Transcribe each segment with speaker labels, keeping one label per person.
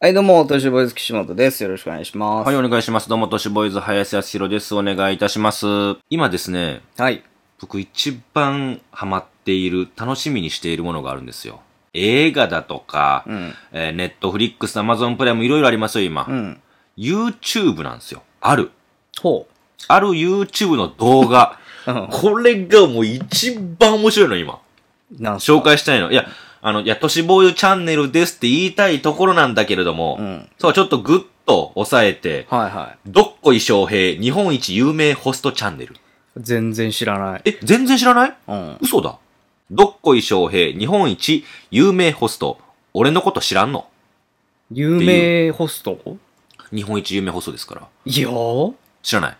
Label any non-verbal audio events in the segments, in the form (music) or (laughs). Speaker 1: はい、どうも、トシボーイズ岸本です。よろしくお願いします。
Speaker 2: はい、お願いします。どうも、都市ボーイズ、林康弘です。お願いいたします。今ですね、
Speaker 1: はい。
Speaker 2: 僕一番ハマっている、楽しみにしているものがあるんですよ。映画だとか、
Speaker 1: うん。
Speaker 2: えネットフリックス、アマゾンプライム、いろいろありますよ、今。
Speaker 1: うん。
Speaker 2: YouTube なんですよ。ある。
Speaker 1: ほ
Speaker 2: ある YouTube の
Speaker 1: (laughs)
Speaker 2: 動画。
Speaker 1: う。うん。
Speaker 2: これがもう一番面白いの、今。
Speaker 1: なんすか
Speaker 2: 紹介したいの。いや、あの、いや、都市ボーイズチャンネルですって言いたいところなんだけれども、
Speaker 1: うん。
Speaker 2: そう、ちょっとグッと抑えて、
Speaker 1: はいは
Speaker 2: どっこい翔平、日本一有名ホストチャンネル。
Speaker 1: い。全然知らない。
Speaker 2: え、全然知らない
Speaker 1: うん。
Speaker 2: 嘘だ。どっこい翔平、日本一有名ホスト。俺のこと知らんの
Speaker 1: 有名ホスト
Speaker 2: 日本一有名ホストですから。
Speaker 1: いやー。
Speaker 2: 知らない。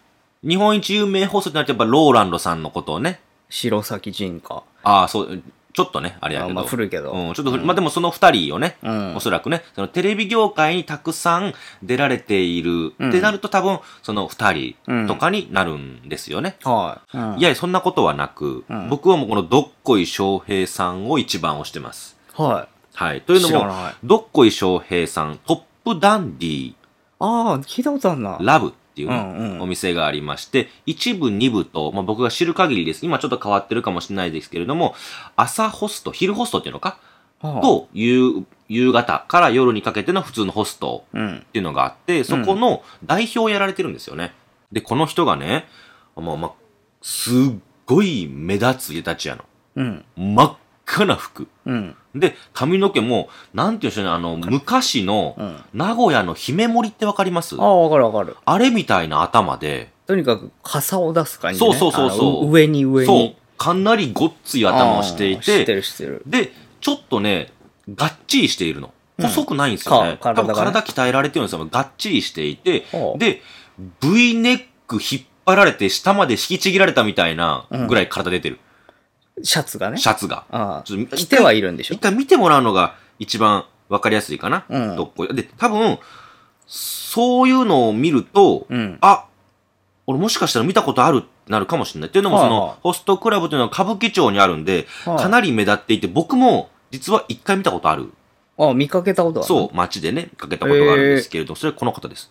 Speaker 2: 日本一有名ホストってなってやっぱローランドさんのことをね。
Speaker 1: 白崎仁か。
Speaker 2: ああ、そう、ちょっとね、あれやけ
Speaker 1: あ
Speaker 2: ど。
Speaker 1: まあ、古いけど。
Speaker 2: うん、ちょっと古い、まあでもその二人をね、
Speaker 1: うん
Speaker 2: おそらくね、そのテレビ業界にたくさん出られている、
Speaker 1: うん
Speaker 2: ってなると多分、その二
Speaker 1: うん
Speaker 2: 人とかになるんですよね。
Speaker 1: はい。うん
Speaker 2: いや、そんなことはなく、
Speaker 1: うん
Speaker 2: 僕はもうこのどっこい翔平さんを一番推してます。
Speaker 1: は
Speaker 2: はい。
Speaker 1: い。
Speaker 2: というの
Speaker 1: 知ら
Speaker 2: も、
Speaker 1: ない。
Speaker 2: どっこい翔平さん、トップダンディ
Speaker 1: あー、聞いたことあるな。
Speaker 2: ラブっていうね、
Speaker 1: うんうん
Speaker 2: お店がありまして、一部、二部と、まあ、僕が知る限りです。今ちょっと変わってるかもしれないですけれども、朝ホスト、昼ホストっていうのか、
Speaker 1: はあ、
Speaker 2: と、夕、夕方から夜にかけての普通のホスト
Speaker 1: うん
Speaker 2: っ。ていうのがあって、そこの代表をやられてるんですよね。で、この人がね、まあまあ、すっごい目立ついでたちやの。
Speaker 1: うん。
Speaker 2: 真っ赤な服。
Speaker 1: うん。
Speaker 2: で、髪の毛も、なんていうんでしょうね、あの、昔の
Speaker 1: う、ん。あ
Speaker 2: 名古屋の姫森ってわかります
Speaker 1: ー、わかるわかる。
Speaker 2: あれみたいな頭で、
Speaker 1: とにかく、傘を出す感じ、ね。
Speaker 2: そうそうそうそう
Speaker 1: あの上に上に。
Speaker 2: そう、かなりごっつい頭をしてい
Speaker 1: あー知って
Speaker 2: て、
Speaker 1: る知ってる。
Speaker 2: で、ちょっとね、がっちりしているの。
Speaker 1: うん
Speaker 2: 細くないんですよね。
Speaker 1: か体
Speaker 2: 多
Speaker 1: がね
Speaker 2: 分体鍛えられてるんですよ。がっちりしていて、
Speaker 1: はあ
Speaker 2: で、V ネック引っ張られて下まで引きちぎられたみたいなぐらい体出てる。
Speaker 1: シャツがね。
Speaker 2: シャツが。
Speaker 1: あ
Speaker 2: ちょっと
Speaker 1: あ。着てはいるんでしょ
Speaker 2: 一回見てもらうのが一番わかりやすいかな。
Speaker 1: うん
Speaker 2: どっこいで、多分、そういうのを見ると、
Speaker 1: うん。
Speaker 2: あ、俺もしかしたら見たことあるってなるかもしれない。っていうのも、
Speaker 1: は
Speaker 2: そ
Speaker 1: いはい
Speaker 2: の、ホストクラブというのは歌舞伎町にあるんで、
Speaker 1: はい
Speaker 2: かなり目立っていて、僕も実は一回見たことある。
Speaker 1: あ、見かけたことある。
Speaker 2: そう、街でね、かけたことがあるんですけれど、それはこの方です。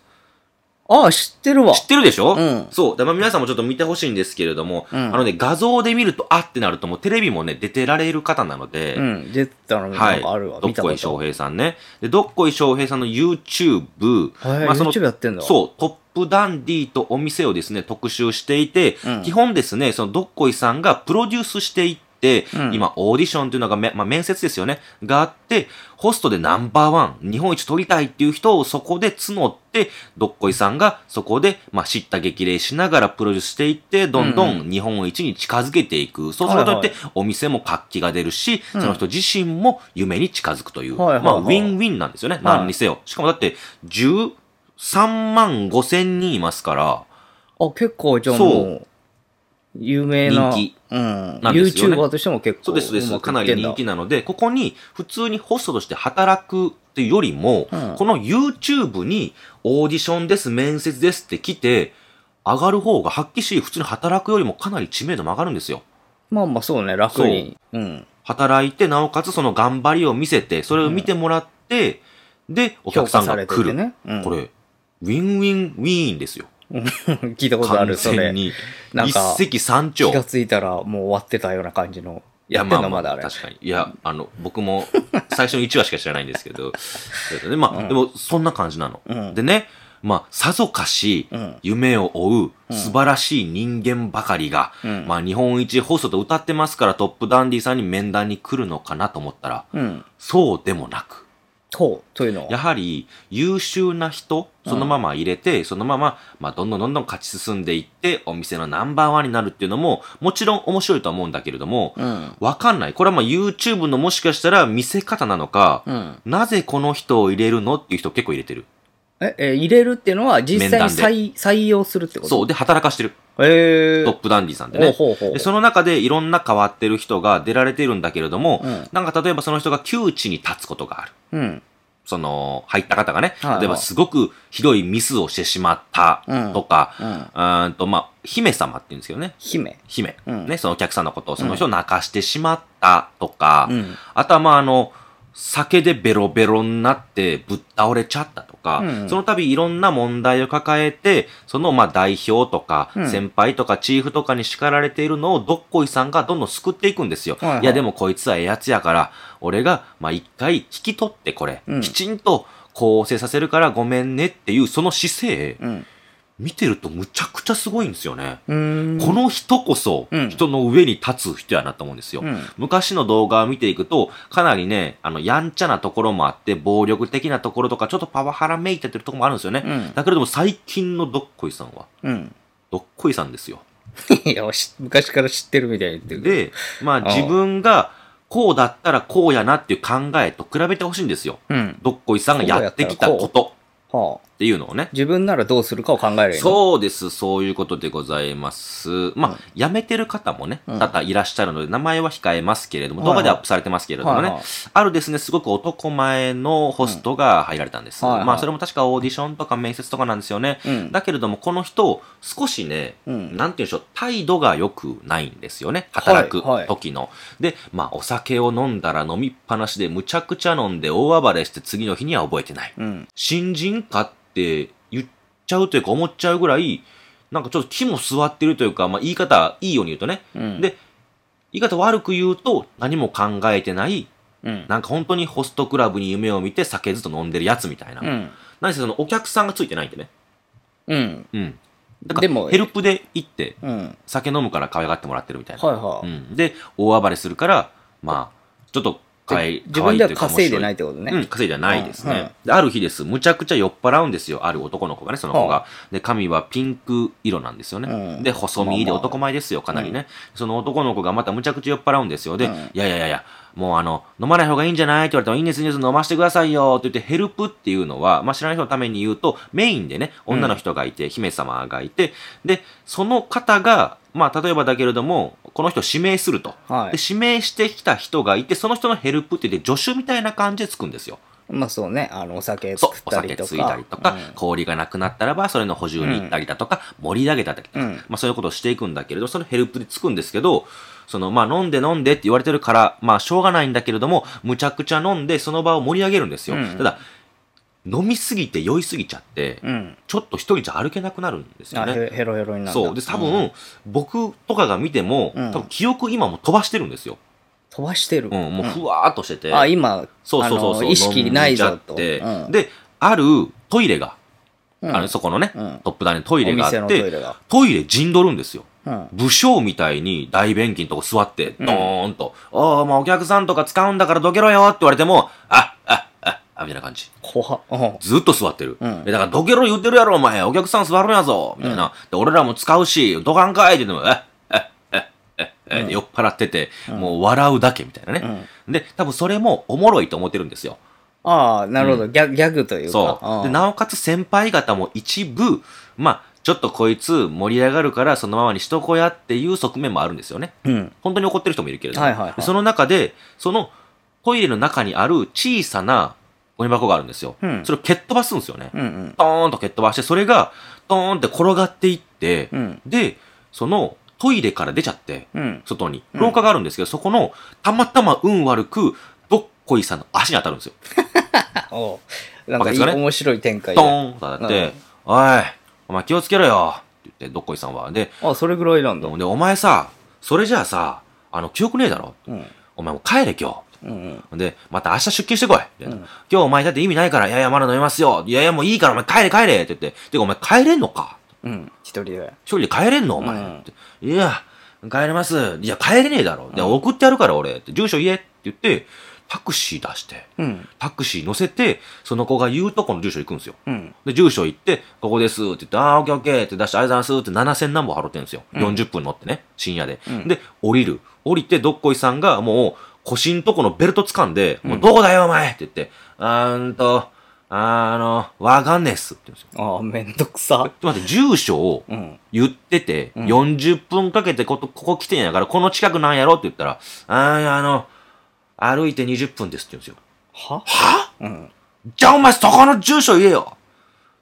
Speaker 1: ああ、知ってるわ。
Speaker 2: 知ってるでしょ
Speaker 1: うん
Speaker 2: そう。だから皆さんもちょっと見てほしいんですけれども、
Speaker 1: うん
Speaker 2: あのね、画像で見ると、あってなると、もうテレビもね、出てられる方なので、
Speaker 1: うん、出てたの見
Speaker 2: は
Speaker 1: た
Speaker 2: い。
Speaker 1: ことあるわ。
Speaker 2: どっ
Speaker 1: 見た
Speaker 2: こ
Speaker 1: こ
Speaker 2: い翔
Speaker 1: と。
Speaker 2: 平さんね。で、どっこい翔平さんの YouTube、
Speaker 1: はい、
Speaker 2: まあその
Speaker 1: YouTube やってんだ。う。
Speaker 2: そう、トップダンディとお店をですね、特集していて、
Speaker 1: うん
Speaker 2: 基本ですね、そのどっこいさんがプロデュースしていって、
Speaker 1: うん
Speaker 2: 今、オーディションというのがめ、まあ、面接ですよね、があって、ホストでナンバーワン、日本一取りたいっていう人をそこで募って、どっこいさんがそこで、まあ、知った激励しながらプロデュースしていって、どんどん日本一に近づけていく。そうすることによって、お店も活気が出るし、
Speaker 1: うん
Speaker 2: その人自身も夢に近づくという、
Speaker 1: はいはいはい
Speaker 2: まあ、ウィンウィンなんですよね、
Speaker 1: い
Speaker 2: 何にせよ。しかもだって、10、3万5千人いますから、
Speaker 1: あ、結構、じゃあ
Speaker 2: そう
Speaker 1: もう、有名な。
Speaker 2: 人気。
Speaker 1: うん。
Speaker 2: なんですよね
Speaker 1: YouTuber としても結構。
Speaker 2: そうです、そうで。
Speaker 1: うますく
Speaker 2: か
Speaker 1: い
Speaker 2: な
Speaker 1: って
Speaker 2: り
Speaker 1: んだ
Speaker 2: 人気なので、ここに普通にホストとして働くっていうよりも、
Speaker 1: うん
Speaker 2: この YouTube にオーディションです、面接ですって来て、上がる方が発揮し、普通に働くよりもかなり知名度も上がるんですよ。
Speaker 1: まあまあ、そうね、楽に。うん。
Speaker 2: 働いて、なおかつその頑張りを見せて、それを見てもらって、で、お客さんが来
Speaker 1: 評価されてて
Speaker 2: る。
Speaker 1: ねうん
Speaker 2: これ、ウィンウィンウィーンですよ。
Speaker 1: (laughs) 聞いたことあ
Speaker 2: 完
Speaker 1: る、それ
Speaker 2: 全。に。
Speaker 1: なんか
Speaker 2: 一石三鳥。
Speaker 1: 気がついたらもう終わってたような感じの。
Speaker 2: いや、
Speaker 1: やって
Speaker 2: ま
Speaker 1: ん
Speaker 2: あ、
Speaker 1: の
Speaker 2: ま
Speaker 1: まだあ
Speaker 2: あ、
Speaker 1: れ。
Speaker 2: 確かに。いや、あの、僕も、最初の1話しか知らないんですけど、 (laughs) そうだねまあ、
Speaker 1: うん
Speaker 2: でも、そんな感じなの。
Speaker 1: うん
Speaker 2: でね、まあ、さぞかし、
Speaker 1: うん
Speaker 2: 夢を追
Speaker 1: う
Speaker 2: うん素晴らしい人間ばかりが、
Speaker 1: うん
Speaker 2: まあ、日本一ホストと歌ってますから、トップダンディさんに面談に来るのかなと思ったら、
Speaker 1: うん。
Speaker 2: そうでもなく、
Speaker 1: と、というの
Speaker 2: や
Speaker 1: は。
Speaker 2: はり優秀な人、そのまま入れて、そのまま、まあ、どんどんどんどん勝ち進んでいって、お店のナンバーワンになるっていうのも、もちろん面白いとは思うんだけれども、
Speaker 1: うん。
Speaker 2: わかんない。これはまあ YouTube のもしかしたら見せ方なのか、
Speaker 1: うん。
Speaker 2: なぜこの人を入れるのっていう人結構入れてる。
Speaker 1: え、えー入れるっていうのは実際に
Speaker 2: 面談
Speaker 1: 採採用するってこと
Speaker 2: そう。で、働かしてる。
Speaker 1: う。えー。
Speaker 2: トップダンディさんって
Speaker 1: ほう
Speaker 2: ね。
Speaker 1: ほうほう。
Speaker 2: で、その中でいろんな変わってる人が出られてるんだけれども、
Speaker 1: うん
Speaker 2: なんか例えばその人が窮地に立つことがある。
Speaker 1: うん。
Speaker 2: その、入った方がね
Speaker 1: はいは、い
Speaker 2: 例えばすごくひどいミスをしてしまったとか、
Speaker 1: うん。
Speaker 2: うーんと、まあ、姫様って言うんですけどね。
Speaker 1: 姫。
Speaker 2: 姫。
Speaker 1: うん
Speaker 2: ね、そのお客さんのことを、その人を泣かしてしまったとか、
Speaker 1: うん。
Speaker 2: あとはまああの、酒でベロベロになってぶっ倒れちゃったとか、
Speaker 1: うん
Speaker 2: その度いろんな問題を抱えて、そのまあ代表とか
Speaker 1: う、ん
Speaker 2: 先輩とかチーフとかに叱られているのをどっこいさんがどんどん救っていくんですよ。
Speaker 1: はいはい
Speaker 2: いやでもこいつはええやつやから、俺がまあ一回引き取ってこれ、
Speaker 1: うん
Speaker 2: きちんと構成させるからごめんねっていうその姿勢、
Speaker 1: うん。
Speaker 2: 見てるとむちゃくちゃすごいんですよね。
Speaker 1: うーん。
Speaker 2: この人こそ
Speaker 1: うん
Speaker 2: 人の上に立つ人やなと思うんですよ。
Speaker 1: うん。
Speaker 2: 昔の動画を見ていくと、かなりね、あの、やんちゃなところもあって、暴力的なところとか、ちょっとパワハラめいてってるところもあるんですよね。
Speaker 1: うん
Speaker 2: だけれども、最近のどっこいさんは、
Speaker 1: うん。 (laughs)
Speaker 2: どっこいさんですよ。
Speaker 1: いや、し昔から知ってるみたいに言ってるけど。
Speaker 2: で、まあ
Speaker 1: ああ
Speaker 2: 自分が、こうだったらこうやなっていう考えと比べてほしいんですよ。
Speaker 1: うん。
Speaker 2: どっこいさんがやってきたこと
Speaker 1: はあ。
Speaker 2: っていうのをね。
Speaker 1: 自分ならどうするかを考える
Speaker 2: そうです。そういうことでございます。まあ、辞めてる方もね、
Speaker 1: うん
Speaker 2: 多々いらっしゃるので、名前は控えますけれども、
Speaker 1: はいは
Speaker 2: 動
Speaker 1: い
Speaker 2: 画でアップされてますけれどもね、
Speaker 1: はいはい
Speaker 2: あるですね、すごく男前のホストが入られたんです。
Speaker 1: うんはいはい
Speaker 2: まあ、それも確かオーディションとか面接とかなんですよね。
Speaker 1: うん
Speaker 2: だけれども、この人、少しね、
Speaker 1: うん
Speaker 2: なんて言うんでしょう、態度が良くないんですよね。働く
Speaker 1: はいはい
Speaker 2: 時の。で、まあ、お酒を飲んだら飲みっぱなしで、むちゃくちゃ飲んで大暴れして、次の日には覚えてない。
Speaker 1: うん。
Speaker 2: 新人かって言っちゃうというか思っちゃうぐらい、なんかちょっと気も座ってるというか、まあ言い方、いいように言うとね。
Speaker 1: うん。
Speaker 2: で、言い方悪く言うと何も考えてない、
Speaker 1: うん。
Speaker 2: なんか本当にホストクラブに夢を見て酒ずっと飲んでるやつみたいな。
Speaker 1: うん。
Speaker 2: 何せそのお客さんがついてないんでね。
Speaker 1: うん。
Speaker 2: うん。だか
Speaker 1: でも
Speaker 2: らヘルプで行って
Speaker 1: うん。
Speaker 2: 酒飲むから可愛がってもらってるみたいな。
Speaker 1: はいは
Speaker 2: うん。で、大暴れするから、まあ、ちょっと
Speaker 1: い。
Speaker 2: 可愛い
Speaker 1: 自分では稼いで
Speaker 2: い
Speaker 1: ないってこと
Speaker 2: う
Speaker 1: ね
Speaker 2: ん、。稼いではないですね、
Speaker 1: うんうん
Speaker 2: である日です。むちゃくちゃ酔っ払うんですよ。ある男の子がね、その子が。で、髪はピンク色なんですよね。
Speaker 1: うん
Speaker 2: で、細身
Speaker 1: ま
Speaker 2: で
Speaker 1: あまあ
Speaker 2: 男前ですよ、かなりね、その男の子がまたむちゃくちゃ酔っ払うんですよ。で、
Speaker 1: うん
Speaker 2: いやいやいやいや、もうあの、飲まない方がいいんじゃないって言われたら、いいんです、いいんです、飲ませてくださいよって言って、ヘルプっていうのは、まあ、知らない人のために言うと、メインでね、女の人がいて、姫様がいて、で、その方が、まあ、例えばだけれども、この人を指名すると。
Speaker 1: はい
Speaker 2: で、。指名してきた人がいて、その人のヘルプって言って、助手みたいな感じでつくんですよ。
Speaker 1: まあそうね、あの、お酒
Speaker 2: そう
Speaker 1: 作っ、
Speaker 2: お
Speaker 1: たり
Speaker 2: 酒
Speaker 1: とか。
Speaker 2: ついたりとか、
Speaker 1: うん
Speaker 2: 氷がなくなったらば、それの補充に行ったりだとか、盛り上げたりだとか、
Speaker 1: うん
Speaker 2: まあそういうことをしていくんだけれど、そのヘルプでつくんですけど、その、まあ飲んで飲んでって言われてるから、まあしょうがないんだけれども、むちゃくちゃ飲んで、その場を盛り上げるんですよ。
Speaker 1: うん
Speaker 2: ただ、飲みすぎて酔いすぎちゃって、
Speaker 1: うん。
Speaker 2: ちょっと一人じゃ歩けなくなるんですよ
Speaker 1: あ、
Speaker 2: ね。
Speaker 1: へヘロヘロになる。
Speaker 2: そう。で、多分、
Speaker 1: うん
Speaker 2: 僕とかが見ても、
Speaker 1: うん
Speaker 2: 多分記憶今も飛ばしてるんですよ。
Speaker 1: 飛ばしてる。
Speaker 2: うん、もうふわーっとしてて。
Speaker 1: あ、今、
Speaker 2: そうそうそう
Speaker 1: あ
Speaker 2: そう。
Speaker 1: の意識ないぞと。
Speaker 2: 飲んじゃって
Speaker 1: うん
Speaker 2: で、あるトイレが、
Speaker 1: うん
Speaker 2: あの、そこのね、
Speaker 1: うん
Speaker 2: トップダウンにトイレがあ
Speaker 1: お
Speaker 2: っ
Speaker 1: 店のトイ
Speaker 2: て、
Speaker 1: レが。
Speaker 2: トイレ陣取るんですよ。
Speaker 1: うん。
Speaker 2: 武将みたいに大便器のとこ座って、
Speaker 1: うん
Speaker 2: ドーンと、ああ、まあお客さんとか使うんだからどけろよって言われても、ああああみたいな感じ。
Speaker 1: 怖っ。うん
Speaker 2: ずっと座ってる。
Speaker 1: うん
Speaker 2: えだからどけろ言ってるやろ、お前。お客さん座るんやぞ。みたいな。で、俺らも使うし、どかんかいって言っても、えええええ、
Speaker 1: うん
Speaker 2: 酔っ払ってて、もう笑うだけみたいなね。で、多分それもおもろいと思ってるんですよ。
Speaker 1: ああ、なるほど。ギャギャグというか。
Speaker 2: そう。で、なおかつ先輩方も一部、まあ、ちょっとこいつ盛り上がるからそのままにしとこうやっていう側面もあるんですよね。
Speaker 1: うん。
Speaker 2: 本当に怒ってる人もいるけれども。
Speaker 1: はいはいはい
Speaker 2: でその中で、そのトイレの中にある小さなゴミ箱があるんですよ。
Speaker 1: うん
Speaker 2: それを蹴っ飛ばすんですよね。
Speaker 1: うんうん。
Speaker 2: トーンと蹴っ飛ばして、それがトーンって転がっていって、
Speaker 1: うん。
Speaker 2: で、そのトイレから出ちゃって、
Speaker 1: うん。
Speaker 2: 外に。
Speaker 1: うん
Speaker 2: 廊下があるんですけど、そこのたまたま運悪く、どっこいさんの足に当たるんですよ。
Speaker 1: あおうなんかいい、
Speaker 2: バカですかね
Speaker 1: 面白い展開
Speaker 2: ド
Speaker 1: で。
Speaker 2: ーンと当たって、おい、お前気をつけろよって言って、どっこいさんは。で、
Speaker 1: あ、それぐらいなんだ。
Speaker 2: で、お前さ、それじゃあさ、あの、記憶ねえだろ。
Speaker 1: うん。
Speaker 2: お前もう帰れ今
Speaker 1: うんうん。
Speaker 2: 日。で、また明日出勤してこい。みたいな
Speaker 1: うん
Speaker 2: 今日お前だって意味ないから、いやいや、まだ飲みますよ。いやいや、もういいからお前帰れ帰れって言って、てかお前帰れんのか
Speaker 1: うん。一人で。
Speaker 2: 一人で帰れんのお前、
Speaker 1: うん
Speaker 2: っていや、帰れます。いや、帰れねえだろ。で、送ってやるから俺。って住所言えって言って、タクシー出して、
Speaker 1: うん。
Speaker 2: タクシー乗せて、その子が言うとこの住所行くんですよ。
Speaker 1: うん。
Speaker 2: で、住所行って、ここですって言って、あー、オッケーオッケーって出して、ありがとうございますって7000何本払ってるんですよ。
Speaker 1: うん
Speaker 2: 40分乗ってね、深夜で。
Speaker 1: うん
Speaker 2: で、降りる。降りて、どっこいさんがもう、腰んとこのベルト掴んで、もう、
Speaker 1: ん
Speaker 2: どこだよ、お前って言って、あーんと、あの、わかんねえっすって言うんですよ。
Speaker 1: ああ、めんどくさ。
Speaker 2: ちょっと待って、住所を
Speaker 1: うん。
Speaker 2: 言ってて、
Speaker 1: ん
Speaker 2: 40分かけてこと、ここ来てんやから、この近くなんやろって言ったら、あー、あの、歩いて20分ですって言うんですよ。
Speaker 1: は
Speaker 2: は
Speaker 1: うん。
Speaker 2: じゃあお前そこの住所言えよ